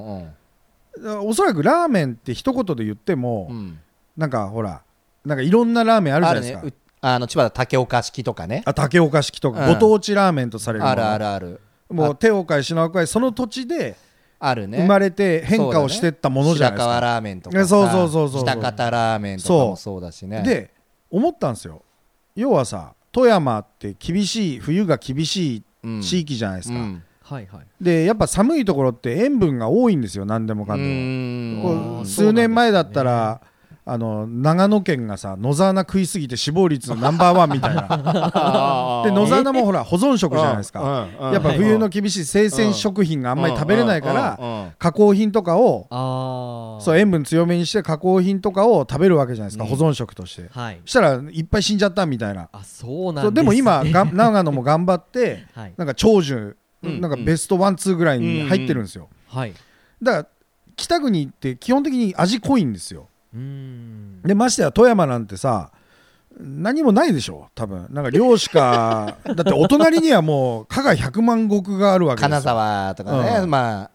Speaker 3: んうん
Speaker 4: おそらくラーメンって一言で言っても、
Speaker 3: うん
Speaker 4: なんかほらなんかいろんなラーメンあるじゃないですかあ,、
Speaker 3: ねうあの千葉の竹岡式とかね
Speaker 4: 竹岡式とか、
Speaker 3: うん
Speaker 4: ご当地ラーメンとされるもの
Speaker 3: あるあるある
Speaker 4: も
Speaker 3: あ
Speaker 4: う手を変え品を変えその土地で
Speaker 3: あるね
Speaker 4: 生まれて変化をしてったものじゃないです
Speaker 3: 白河
Speaker 4: か、
Speaker 3: ラーメンとかさ
Speaker 4: そうそうそうそう
Speaker 3: 北方ラーメンとかもそうだしね
Speaker 4: で思ったんですよ要はさ富山って厳しい冬が厳し
Speaker 3: うん
Speaker 4: い地域じゃないですか、
Speaker 3: うん
Speaker 2: はいはい
Speaker 4: でやっぱ寒いところって塩分が多いんですよ何でもかんでも。
Speaker 3: うん
Speaker 4: こ
Speaker 2: あ
Speaker 4: う
Speaker 2: ー
Speaker 4: 数年前だったら、あの長野県がさ野沢菜食いすぎて死亡率のナンバーワンみたいなで野沢菜もほら保存食じゃないですかやっぱ冬の厳しい生鮮食品があ
Speaker 3: あ
Speaker 4: んまり食べれないから
Speaker 3: ら
Speaker 4: 加工品とかを
Speaker 2: ああ
Speaker 4: そう塩分強めにして加工品とかを食べるわけじゃないですか
Speaker 3: うん
Speaker 4: 保存食として
Speaker 2: はい
Speaker 4: したらいっぱい死んじゃったみたいな
Speaker 2: あそうなん
Speaker 4: そう
Speaker 2: ですね
Speaker 4: でも今が長野も頑張って
Speaker 2: はい
Speaker 4: なんか長寿
Speaker 3: うん
Speaker 4: なんかベストワンツーぐらいに入ってるんですよ
Speaker 2: はい
Speaker 4: だから北国って基本的に味濃いんですよ
Speaker 2: うーん
Speaker 4: でましてや富山なんてさ何もないでしょ多分なんか漁 しかだってお隣にはもう加賀百万石があるわけですよ
Speaker 3: 金沢とかね、
Speaker 4: うん
Speaker 3: まあ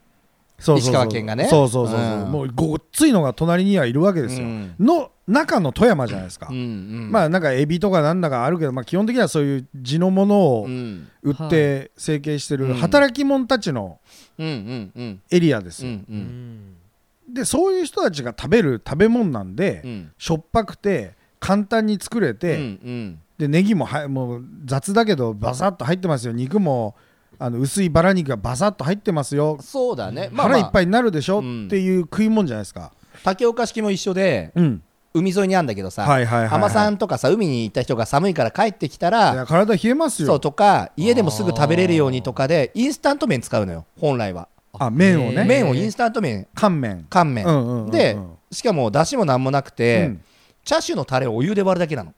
Speaker 4: そうそ
Speaker 3: 石
Speaker 4: うそう
Speaker 3: 川県がね
Speaker 4: そうそうそうそう
Speaker 3: うん
Speaker 4: もうごっついのが隣にはいるわけですよ、
Speaker 3: うん
Speaker 4: の中の富山じゃないですか、
Speaker 3: うんうん
Speaker 4: まあなんかエビとかなんだかあるけど、まあ、基本的にはそういう地のものを
Speaker 3: うん
Speaker 4: 売って成形して
Speaker 3: う
Speaker 4: る
Speaker 3: ん
Speaker 4: 働き者たちの
Speaker 3: うんうんうん
Speaker 4: エリアで
Speaker 3: う
Speaker 4: すよ、
Speaker 3: んう
Speaker 2: うんん
Speaker 4: でそういう人たちが食べる食べ物なんで、
Speaker 3: うん
Speaker 4: しょっぱくて簡単に作れ
Speaker 3: う
Speaker 4: て、
Speaker 3: ん
Speaker 4: でネギもはもう雑だけどバサッと入ってますよ肉もあの薄いバラ肉がバサッと入ってますよ、
Speaker 3: そうだねまあ、
Speaker 4: 腹いっ
Speaker 3: まあ、
Speaker 4: ぱいになるでしょ、
Speaker 3: うん
Speaker 4: っていう食い物じゃないですか
Speaker 3: 竹岡式も一緒で
Speaker 4: うん
Speaker 3: 海沿いにあるんだけどさ、
Speaker 4: はいはいはいはい
Speaker 3: 浜さんとかさ海に行った人が寒いから帰ってきた
Speaker 4: いや
Speaker 3: ら
Speaker 4: 体冷えます
Speaker 3: そう
Speaker 4: よ
Speaker 3: とか家でもすぐ食べれるようにとかでインスタント麺使うのよ本来は、
Speaker 4: あ麺
Speaker 2: え
Speaker 4: を
Speaker 2: ー
Speaker 4: ね
Speaker 3: 麺をインスタント麺
Speaker 4: 乾麺
Speaker 3: 乾麺、
Speaker 4: うんうんうんうん
Speaker 3: でしかも出汁も何もなくて、
Speaker 4: うん
Speaker 3: チャーシューのタレをお湯で割るだけなの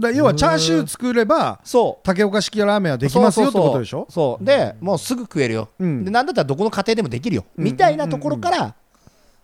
Speaker 4: だ要はチャーシュー作れば
Speaker 3: そう
Speaker 4: 竹岡式ラーメンはできますよってことでしょ
Speaker 3: そうそうそうでもうすぐ食えるよ、
Speaker 4: うん
Speaker 3: でなんだったらどこの家庭でもできるよ、
Speaker 4: うん
Speaker 3: みたいなところから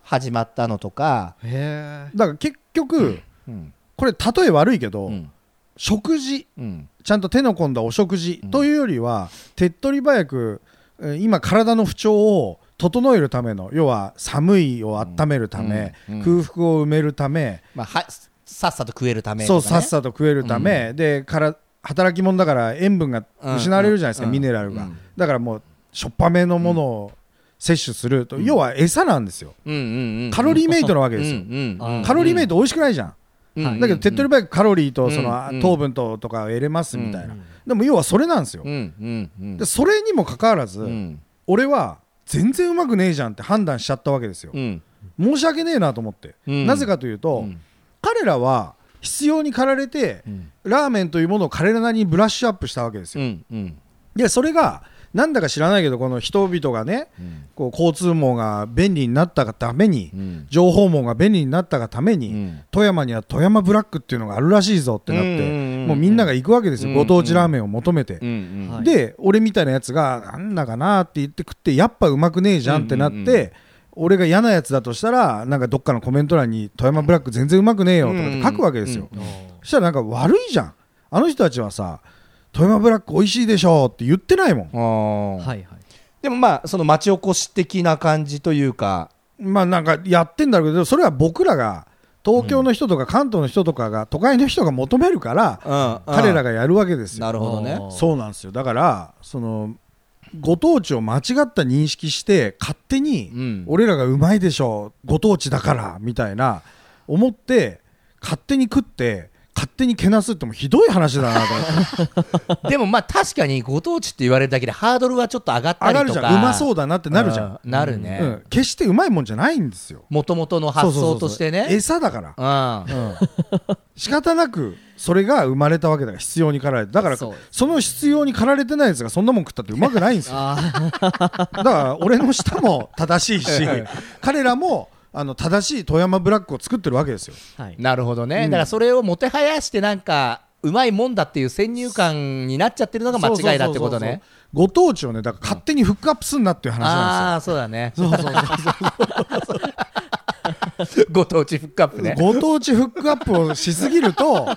Speaker 3: 始まったのとか、
Speaker 2: へえ
Speaker 4: だから結局
Speaker 3: うん
Speaker 4: これ例え悪いけど、
Speaker 3: うん
Speaker 4: 食事
Speaker 3: うん
Speaker 4: ちゃんと手の込んだお食事
Speaker 3: うん
Speaker 4: というよりは、手っ取り早くえー今体の不調を整えるための要は寒いを温めるため、
Speaker 3: うんうん
Speaker 4: 空腹を埋めるため、
Speaker 3: まあ、はさっさと食えるためとか
Speaker 4: そ
Speaker 3: ね、
Speaker 4: うさっさと食えるため、でから働き者だから塩分が失われるじゃないですか、
Speaker 3: うんうん
Speaker 4: ミネラルが、
Speaker 3: うん
Speaker 4: だからもうしょっぱめのものを摂取すると、要は餌なんですよ
Speaker 3: うんうんうん
Speaker 4: カロリーメイトなわけですよ、
Speaker 3: うん
Speaker 2: うん
Speaker 4: カロリーメイト美味しくないじゃん、
Speaker 3: うんうん
Speaker 4: だけど手っ取り早くカロリーとそ
Speaker 3: うん
Speaker 4: のあ
Speaker 3: うん
Speaker 4: 糖分ととかを得れますみたいな、
Speaker 2: うん
Speaker 4: でも要はそれなんですよ、
Speaker 3: うんうんうん
Speaker 4: でそれにもかかわらず、
Speaker 3: うん
Speaker 4: 俺は全然うまくねえじゃんって判断しちゃったわけですよ、
Speaker 3: うん
Speaker 4: 申し訳ねえなと思って、
Speaker 3: うん
Speaker 4: なぜかというと、
Speaker 3: うん
Speaker 4: 彼らは必要に駆られて、
Speaker 3: うん
Speaker 4: ラーメンというものを彼らなりにブラッシュアップしたわけです
Speaker 3: う
Speaker 4: よ、
Speaker 3: んうん
Speaker 4: でそれがなんだか知らないけどこの人々がね
Speaker 3: うん
Speaker 4: こう交通網が便利になったがために、
Speaker 3: うん
Speaker 4: 情報網が便利になったがために、
Speaker 3: うん
Speaker 4: 富山には富山ブラックっていうのがあるらしいぞってなっ
Speaker 3: うん
Speaker 4: て、
Speaker 3: うんうんうん
Speaker 4: もうみんなが行くわけですよ、
Speaker 3: うんうん
Speaker 4: ご当地ラーメンを求めて、
Speaker 3: うん
Speaker 2: はい
Speaker 4: で俺みたいなやつがなんだかなって言って食ってやっぱうまくねえじゃんってなって、
Speaker 3: うんうんうん
Speaker 4: 俺が嫌なやつだとしたらなんかどっかのコメント欄に「富山ブラック全然うまくねえよ」とかって書くわけですよ、
Speaker 3: うん
Speaker 4: そしたらなんか悪いじゃんあの人たちはさ「富山ブラック美味しいでしょ」って言ってないもん
Speaker 3: あー
Speaker 2: はいはい
Speaker 3: でもまあその町おこし的な感じというか
Speaker 4: まあなんかやってんだろうけどそれは僕らが東京の人とか関東の人とかが都会の人が求めるから彼
Speaker 3: 彼
Speaker 4: ら
Speaker 3: が
Speaker 4: がやるわけですよ
Speaker 3: なるほどね
Speaker 2: あー
Speaker 4: そうなんですよだからそのご当地を間違った認識して勝手に
Speaker 3: うん
Speaker 4: 俺らがうまいでしょご当地だからみたいな思って勝手に食って勝手にけなすってもひどい話だなと思って
Speaker 3: でもまあ確かにご当地って言われるだけでハードルはちょっと上がった
Speaker 4: 上
Speaker 3: りとか
Speaker 4: がるじゃんうまそううだなってなるじゃん、
Speaker 3: んなる
Speaker 4: う
Speaker 3: ね
Speaker 4: ん、決してうまいもんじゃないんですよ
Speaker 3: もともとの発
Speaker 4: そうそう
Speaker 3: 想
Speaker 4: そうそう
Speaker 3: としてね
Speaker 4: 餌だから
Speaker 3: うん
Speaker 4: 仕方なくそれが生まれたわけだから必要に駆られてだから
Speaker 2: そう
Speaker 4: その必要に駆られてないやつがそんなもん食ったってうまくないんです よ
Speaker 2: あ
Speaker 4: だから俺の舌も正しいし 彼らもあの正しい富山ブラックを作ってるわけですよ
Speaker 2: あはい
Speaker 3: なるほどね、
Speaker 4: うん
Speaker 3: だからそれをもてはやしてなんかうまいもんだっていう先入観になっちゃってるのが間違いだってことね
Speaker 4: そうそうそうそうご当地をねだから勝手にフックアップすんなっていう話
Speaker 3: あ
Speaker 4: な
Speaker 3: あーそうだね
Speaker 4: んですよそうそうそう
Speaker 3: ご当地フックアップね
Speaker 4: ご当地フックアップをしすぎ るとこ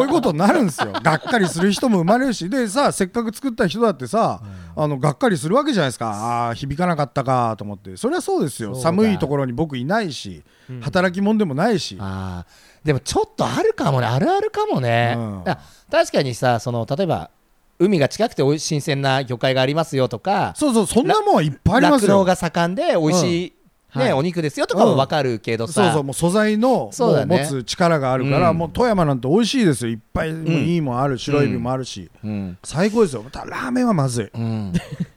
Speaker 4: ういうことになるんですよがっかりする人も生まれるしでさせっかく作った人だってさ、あのがっかりするわけじゃないですかああー響かなかったかと思ってそりゃそうですよ
Speaker 3: そうだ
Speaker 4: 寒いところに僕いないし、働き者でもないし、
Speaker 3: あーでもちょっとあるかもねあるあるかもね、
Speaker 4: うん
Speaker 3: だから確かにさその例えば海が近くておい新鮮な魚介がありますよとか
Speaker 4: そうそうそんなもんはいっぱいありま
Speaker 3: 酪
Speaker 4: す
Speaker 3: 農
Speaker 4: よ
Speaker 3: が盛んで美味しい、
Speaker 2: うん
Speaker 3: ね
Speaker 2: はい
Speaker 3: お肉ですよとかも分かるけどさ、
Speaker 4: そうそうもう素材の
Speaker 3: そうだね
Speaker 4: もう持つ力があるから、
Speaker 3: うん
Speaker 4: もう富山なんて美味しいですよいっぱいもういいもんある、白エビもあるし、
Speaker 3: うん
Speaker 4: 最高ですよただラーメンはまずい
Speaker 3: うん、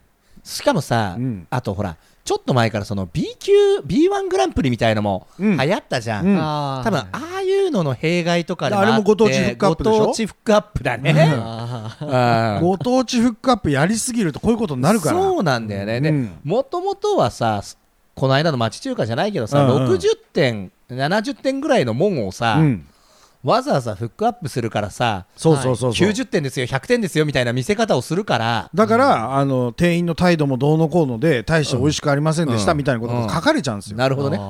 Speaker 3: しかもさ、
Speaker 4: うん
Speaker 3: あとほらちょっと前からその B 級 B1 グランプリみたいのも
Speaker 4: う
Speaker 3: 流
Speaker 4: ん
Speaker 3: 行ったじゃん、
Speaker 4: うん
Speaker 2: あー
Speaker 3: 多分ああいうのの弊害とかで
Speaker 4: あれも
Speaker 3: あって
Speaker 4: ご当地フックアップでしょ
Speaker 3: ご当地フックアップだね、
Speaker 2: あー
Speaker 3: うん
Speaker 4: ご当地フックアップやりすぎるとこういうことになるから
Speaker 3: そうなんだよね
Speaker 4: う
Speaker 3: で
Speaker 4: ん
Speaker 3: もともとはさこの間の町中華じゃないけどさ、
Speaker 4: うんうん
Speaker 3: 60点70点ぐらいの門をさ、
Speaker 4: うん
Speaker 3: わざわざフックアップするからさ
Speaker 4: そうそうそうそう、
Speaker 3: 90点ですよ100点ですよみたいな見せ方をするから
Speaker 4: だから、あの店員の態度もどうのこうので大して美味しくありませんでした、
Speaker 3: うん
Speaker 4: みたいなことが書かれちゃうんですよ、
Speaker 3: なるほどね
Speaker 4: う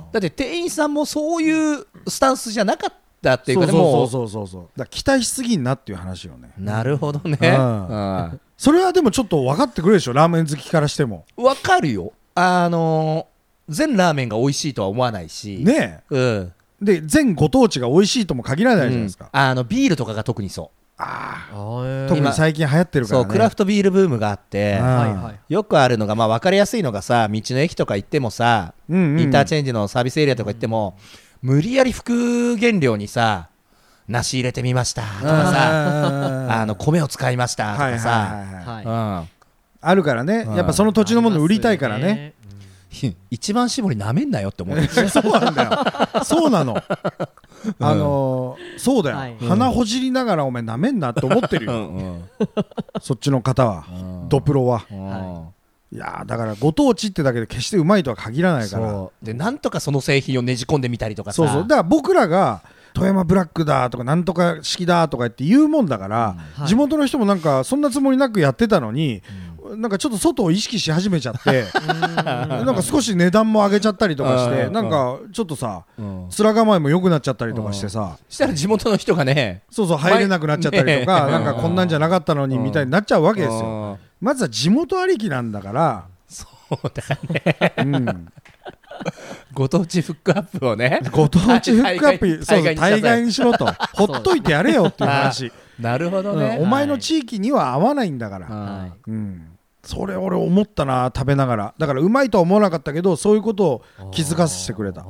Speaker 4: ん
Speaker 3: だって店員さんもそういうスタンスじゃなかったっていうかね
Speaker 4: そ
Speaker 3: も
Speaker 4: うそうそうそうそうだから期待しすぎんなっていう話よね
Speaker 3: うなるほどね
Speaker 4: うん
Speaker 3: うん
Speaker 4: それはでもちょっと分かってくれるでしょラーメン好きからしても
Speaker 3: わかるよあのー全ラーメンが美味しいとは思わないし
Speaker 4: ね
Speaker 3: うん
Speaker 4: えで全ご当地が美味しいとも限らないじゃないですか、
Speaker 3: あのビールとかが特にそ
Speaker 2: あー
Speaker 4: 特に最近流行って
Speaker 3: う
Speaker 4: るから
Speaker 3: そ
Speaker 4: ね
Speaker 3: うクラフトビールブームがあって
Speaker 4: うん
Speaker 2: はいはい
Speaker 3: よくあるのがまあ分かりやすいのがさ道の駅とか行ってもさ
Speaker 4: うんうん
Speaker 3: インターチェンジのサービスエリアとか行っても無理やり副原料にさ梨入れてみましたとか さ
Speaker 4: うん
Speaker 3: あの米を使いましたと
Speaker 4: はいは
Speaker 3: か
Speaker 4: い
Speaker 3: さ
Speaker 4: はいはい
Speaker 2: はい
Speaker 3: うん
Speaker 4: あるからね
Speaker 3: うん
Speaker 4: やっぱその土地のもの売りたいから
Speaker 2: あ
Speaker 4: ね
Speaker 2: りますよね
Speaker 3: 一番搾りなめんなよって思う
Speaker 4: そうなんだよそうなのあのーそうだよ、
Speaker 2: はい
Speaker 4: 鼻ほじりながらお前なめんなって思ってるよ、そっちの方は、ドプロは
Speaker 3: うん
Speaker 4: いやーだからご当地ってだけで決してうまいとは限らないから
Speaker 3: そうでなんとかその製品をねじ込んでみたりとかさ
Speaker 4: そうそうだから僕らが富山ブラックだとかなんとか式だとか言って言うもんだから、
Speaker 2: はい
Speaker 4: 地元の人もなんかそんなつもりなくやってたのに、なんかちょっと外を意識し始めちゃ ってなんか少し値段も上げちゃったりとかして
Speaker 3: うん
Speaker 4: なんかちょっとさ
Speaker 3: うん
Speaker 4: 面構えも良くなっちゃったりとかしてさ
Speaker 3: したら地元の人がね
Speaker 4: そうそう入れなくなっちゃったりとか、
Speaker 3: ね
Speaker 4: なんかこんなんじゃなかったのに
Speaker 3: うん
Speaker 4: みたいになっちゃうわけですよ、
Speaker 3: よ
Speaker 4: まずは地元ありきなんだから、
Speaker 3: そうだ
Speaker 4: うん、
Speaker 3: ご当地フックアップをね
Speaker 4: ご当地フックアップそう
Speaker 3: 大
Speaker 4: そ
Speaker 3: 概
Speaker 4: う
Speaker 3: に大概にしなさい
Speaker 4: 大概にしろとほっといてやれよっていう話
Speaker 3: なるほど
Speaker 4: うん
Speaker 3: ね
Speaker 4: お前の地域には合わないんだか
Speaker 3: う
Speaker 4: ら、
Speaker 3: ん
Speaker 2: はい
Speaker 4: うん、それ俺思ったな食べながらだからうまいとは思わなかったけどそういうことを気づかせてくれた
Speaker 2: あ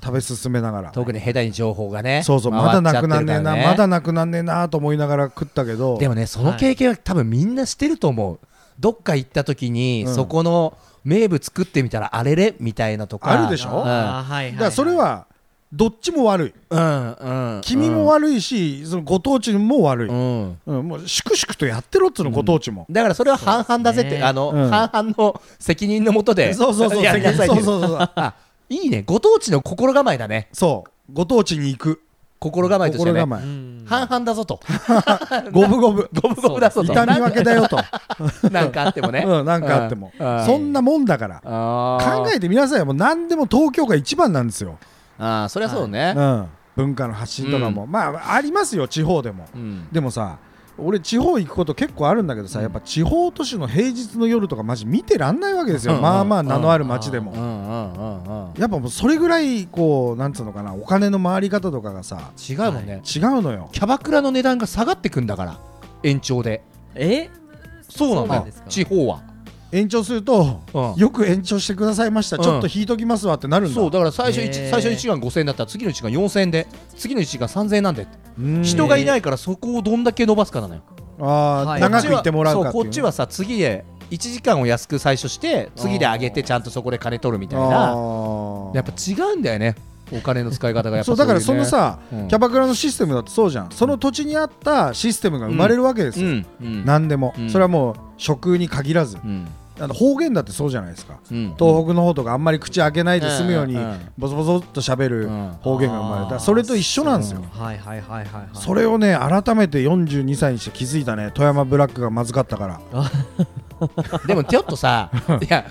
Speaker 4: 食べ進めながら
Speaker 3: 特に下手に情報がね
Speaker 4: そうそう
Speaker 3: 回
Speaker 4: ま
Speaker 3: っちゃ
Speaker 4: だ
Speaker 3: って
Speaker 4: な
Speaker 3: る
Speaker 4: くなんねえ
Speaker 3: か
Speaker 4: な、
Speaker 3: ら
Speaker 4: まだなくなんねえなと思いながら食ったけど
Speaker 3: でもねその経験は多分みんなしてると思うどっか行った時に
Speaker 4: うん
Speaker 3: そこの名物作ってみたらあれれみたいなとか
Speaker 4: あるでしょ
Speaker 2: ーあーはいはい
Speaker 4: だからそれはどっちも悪い
Speaker 3: うんうん
Speaker 4: 君も悪いし、そのご当地も悪い、
Speaker 3: う
Speaker 4: うん
Speaker 3: ん
Speaker 4: もう粛々とやってろっつうのご当地も、
Speaker 3: だからそれは半々だぜって、
Speaker 2: そうですね
Speaker 3: あの、
Speaker 4: うん
Speaker 3: 半々の責任のもとで。
Speaker 4: そうそうそう
Speaker 3: やりなさいって
Speaker 4: そうそうそうそう
Speaker 3: あ、いいね。ご当地の心構えだね。
Speaker 4: そうご当地に行く
Speaker 3: 心構えとして
Speaker 4: 心
Speaker 3: ね。
Speaker 4: 構え、
Speaker 3: 半々だぞと。
Speaker 4: 五分五分
Speaker 3: 五分五分だぞと。
Speaker 4: 痛み分けだよと、
Speaker 3: なんかあってもね。
Speaker 4: うん、なんかあっても、
Speaker 3: うん
Speaker 4: そんなもんだから
Speaker 3: あー
Speaker 4: 考えてみなさいよもう何でも東京が一番なんですよ、
Speaker 3: あーそりゃそうね。
Speaker 4: うん、文化の発信とかも、まあありますよ地方でも
Speaker 3: うん。
Speaker 4: でもさ俺地方行くこと結構あるんだけどさ、やっぱ地方都市の平日の夜とかマジ見てらんないわけですよ、
Speaker 3: うん
Speaker 4: まあまあ名のある街でも、
Speaker 3: うんうんうんうん。
Speaker 4: やっぱもうそれぐらいこうなんつうのかなお金の回り方とかがさ
Speaker 3: 違うもんね、
Speaker 4: 違うのよ
Speaker 3: キャバクラの値段が下がってくんだから。延長で。
Speaker 2: え
Speaker 3: そう
Speaker 2: そうなんですか
Speaker 3: 地方は。
Speaker 4: 延長すると、
Speaker 3: うん
Speaker 4: よく延長してくださいました、
Speaker 3: うん
Speaker 4: ちょっと引いときますわってなるんだ
Speaker 3: そうだから最初
Speaker 2: へ
Speaker 3: 一
Speaker 2: ー
Speaker 3: 最初1時間5000円だったら次の1時間4000円で次の1時間3000円なんで
Speaker 4: うん
Speaker 3: 人がいないからそこをどんだけ伸ばすかなのよ
Speaker 4: あー、
Speaker 2: はい
Speaker 4: 長く行ってもらうかっていう
Speaker 3: こっちはそうこっちはさ次へ1時間を安く最初して次で上げてちゃんとそこで金取るみたいな
Speaker 4: あー
Speaker 3: やっぱ違うんだよねお金の使い方がやっぱ
Speaker 4: そうだからそのさ、
Speaker 3: うん
Speaker 4: キャバクラのシステムだとそうじゃんその土地にあったシステムが生まれるわけで
Speaker 3: う
Speaker 4: すよ、
Speaker 3: んうん
Speaker 4: 何でも、
Speaker 3: うん
Speaker 4: それはもう食に限らず
Speaker 3: うん
Speaker 4: あの方言だってそうじゃないですか
Speaker 3: うん
Speaker 4: 東北の方とかあんまり口開けないで済むように
Speaker 3: うんうん
Speaker 4: ボソボソっと喋
Speaker 3: う
Speaker 4: る
Speaker 3: ん
Speaker 4: 方言が生まれた、それと一緒なんですよ
Speaker 2: はいはいはいはいはい
Speaker 4: それをね改めて42歳にして気づいたね富山ブラックがまずかったから、
Speaker 3: でもちょっとさいや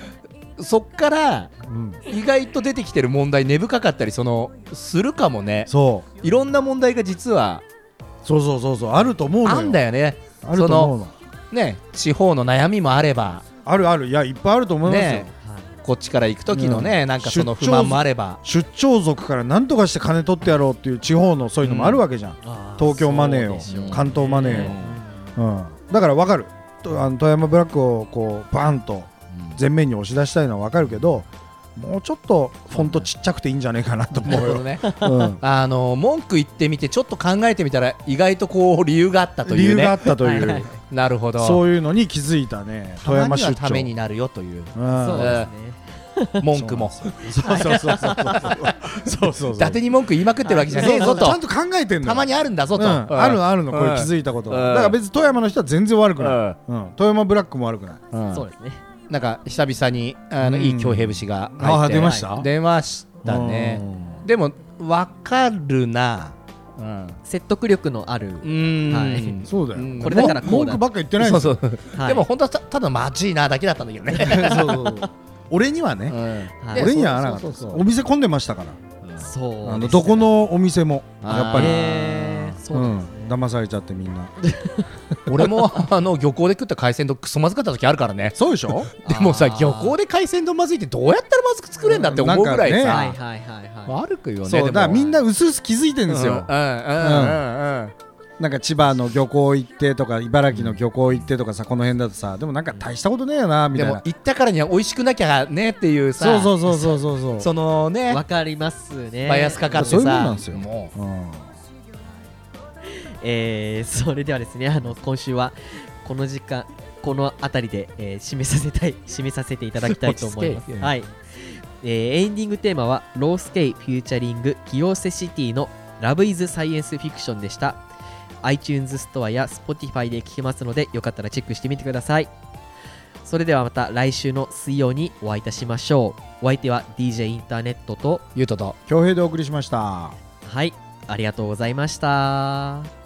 Speaker 3: そっから
Speaker 4: うん、
Speaker 3: 意外と出てきてる問題根深かったりそのするかもね
Speaker 4: そう
Speaker 3: いろんな問題が実は
Speaker 4: そうそうそうそうあると思うのよ
Speaker 3: あんだよね
Speaker 4: あると思うの
Speaker 3: ね地方の悩みもあれば
Speaker 4: あるあるいやいっぱいあると思いますよ、
Speaker 3: ねこっちから行く時のね、
Speaker 4: うん
Speaker 3: なんかその不満もあれば
Speaker 4: 出張族から何とかして金取ってやろうっていう地方のそういうのもあるわけじゃん、東京マネーを関東マネーを、うん、だから分かるとあの富山ブラックをこうバーンと前面に押し出したいのは分かるけどもうちょっとフォントちっちゃくていいんじゃないかなと
Speaker 3: な
Speaker 4: 思う
Speaker 3: るほ
Speaker 4: よ
Speaker 3: ど、ね
Speaker 4: うん
Speaker 3: あの文句言ってみてちょっと考えてみたら意外とこう理由があったと
Speaker 4: 理
Speaker 3: いう
Speaker 4: 由があ
Speaker 3: ね
Speaker 4: ったという、
Speaker 2: はいはい
Speaker 3: なるほど
Speaker 4: そういうのに気づいたね富
Speaker 3: たま
Speaker 4: 山
Speaker 3: に
Speaker 4: 出
Speaker 3: は
Speaker 4: 張
Speaker 3: ためになるよという
Speaker 4: うん
Speaker 2: そうですね
Speaker 3: 文句も
Speaker 4: そうそうそうそうそうそうそうそう
Speaker 3: 伊達に文句言いまくってるわけじゃねえ
Speaker 4: そ
Speaker 3: ぞ
Speaker 4: うそうち
Speaker 3: と
Speaker 4: ゃんと考えてんのよ
Speaker 3: たまにあるんだぞ
Speaker 4: うん
Speaker 3: と、
Speaker 4: あるあるのこれ気づいたこと
Speaker 3: うん
Speaker 4: だから別に富山の人は全然悪くないうん富山ブラックも悪くない
Speaker 3: うん
Speaker 2: そうですね
Speaker 3: なんか久々にあの、
Speaker 4: うん
Speaker 3: いい強兵節が入って
Speaker 4: あー出ました
Speaker 3: 出ましたねでも分かるなうん
Speaker 2: 説得力のある、
Speaker 3: うん
Speaker 2: はい
Speaker 4: そうだよ、
Speaker 3: うん
Speaker 2: これだからこう
Speaker 4: 文
Speaker 2: だ
Speaker 4: 句ばっか言ってないんですよ
Speaker 3: そうそう
Speaker 2: はい
Speaker 3: でも本当はたただマジいなだけだったんだけどね
Speaker 4: 俺にはね、
Speaker 2: はい
Speaker 3: で
Speaker 4: 俺には合わなかった
Speaker 3: そうそうそうそう
Speaker 4: お店混んでましたか
Speaker 2: そう
Speaker 4: ら、
Speaker 2: ですね
Speaker 4: あのどこのお店もやっぱり、
Speaker 2: へーそう
Speaker 4: う
Speaker 2: なん
Speaker 4: ん
Speaker 2: ですね、
Speaker 4: 騙されちゃってみんな
Speaker 3: 俺もあの漁港で食った海鮮丼クソまずかった時あるからね
Speaker 4: そうでしょ
Speaker 3: でもさ
Speaker 2: あー
Speaker 3: 漁港で海鮮丼まずいってどうやったらまずく作れんだって思うぐらい
Speaker 4: な
Speaker 3: さ、
Speaker 2: はいはいはいは
Speaker 3: 悪くよね
Speaker 4: そうだからみん
Speaker 3: な
Speaker 4: なうすうす気づいてんですよ、
Speaker 3: うんうんうんうん
Speaker 4: なんか千葉の漁港行ってとか茨城の漁港行ってとかさこの辺だとさでもなんか大したことねえよなみ
Speaker 3: で
Speaker 4: たい
Speaker 3: も
Speaker 4: な
Speaker 3: 行ったからには美味しくなきゃねっていうさ
Speaker 4: そうそうそうそうそうそう
Speaker 3: その
Speaker 2: い
Speaker 3: ね
Speaker 2: わかりますね
Speaker 3: バイアスかかって
Speaker 4: そういうもんな
Speaker 3: さ
Speaker 4: んですよ
Speaker 3: も
Speaker 4: うん
Speaker 2: えーそれではですねあの今週はこの時間この辺りで、えー締めさせたい締めさせていただきたいと思いま
Speaker 3: 落ち
Speaker 2: す
Speaker 3: 着け
Speaker 2: はい、えーエンディングテーマはロースケイフューチャリング清瀬シティのラブイズサイエンスフィクションでした iTunes ストアや Spotify で聞けますのでよかったらチェックしてみてくださいそれではまた来週の水曜にお会いいたしましょうお相手は DJ インターネットと
Speaker 3: うゆうとと
Speaker 4: 恭平でお送りしました
Speaker 2: はいありがとうございました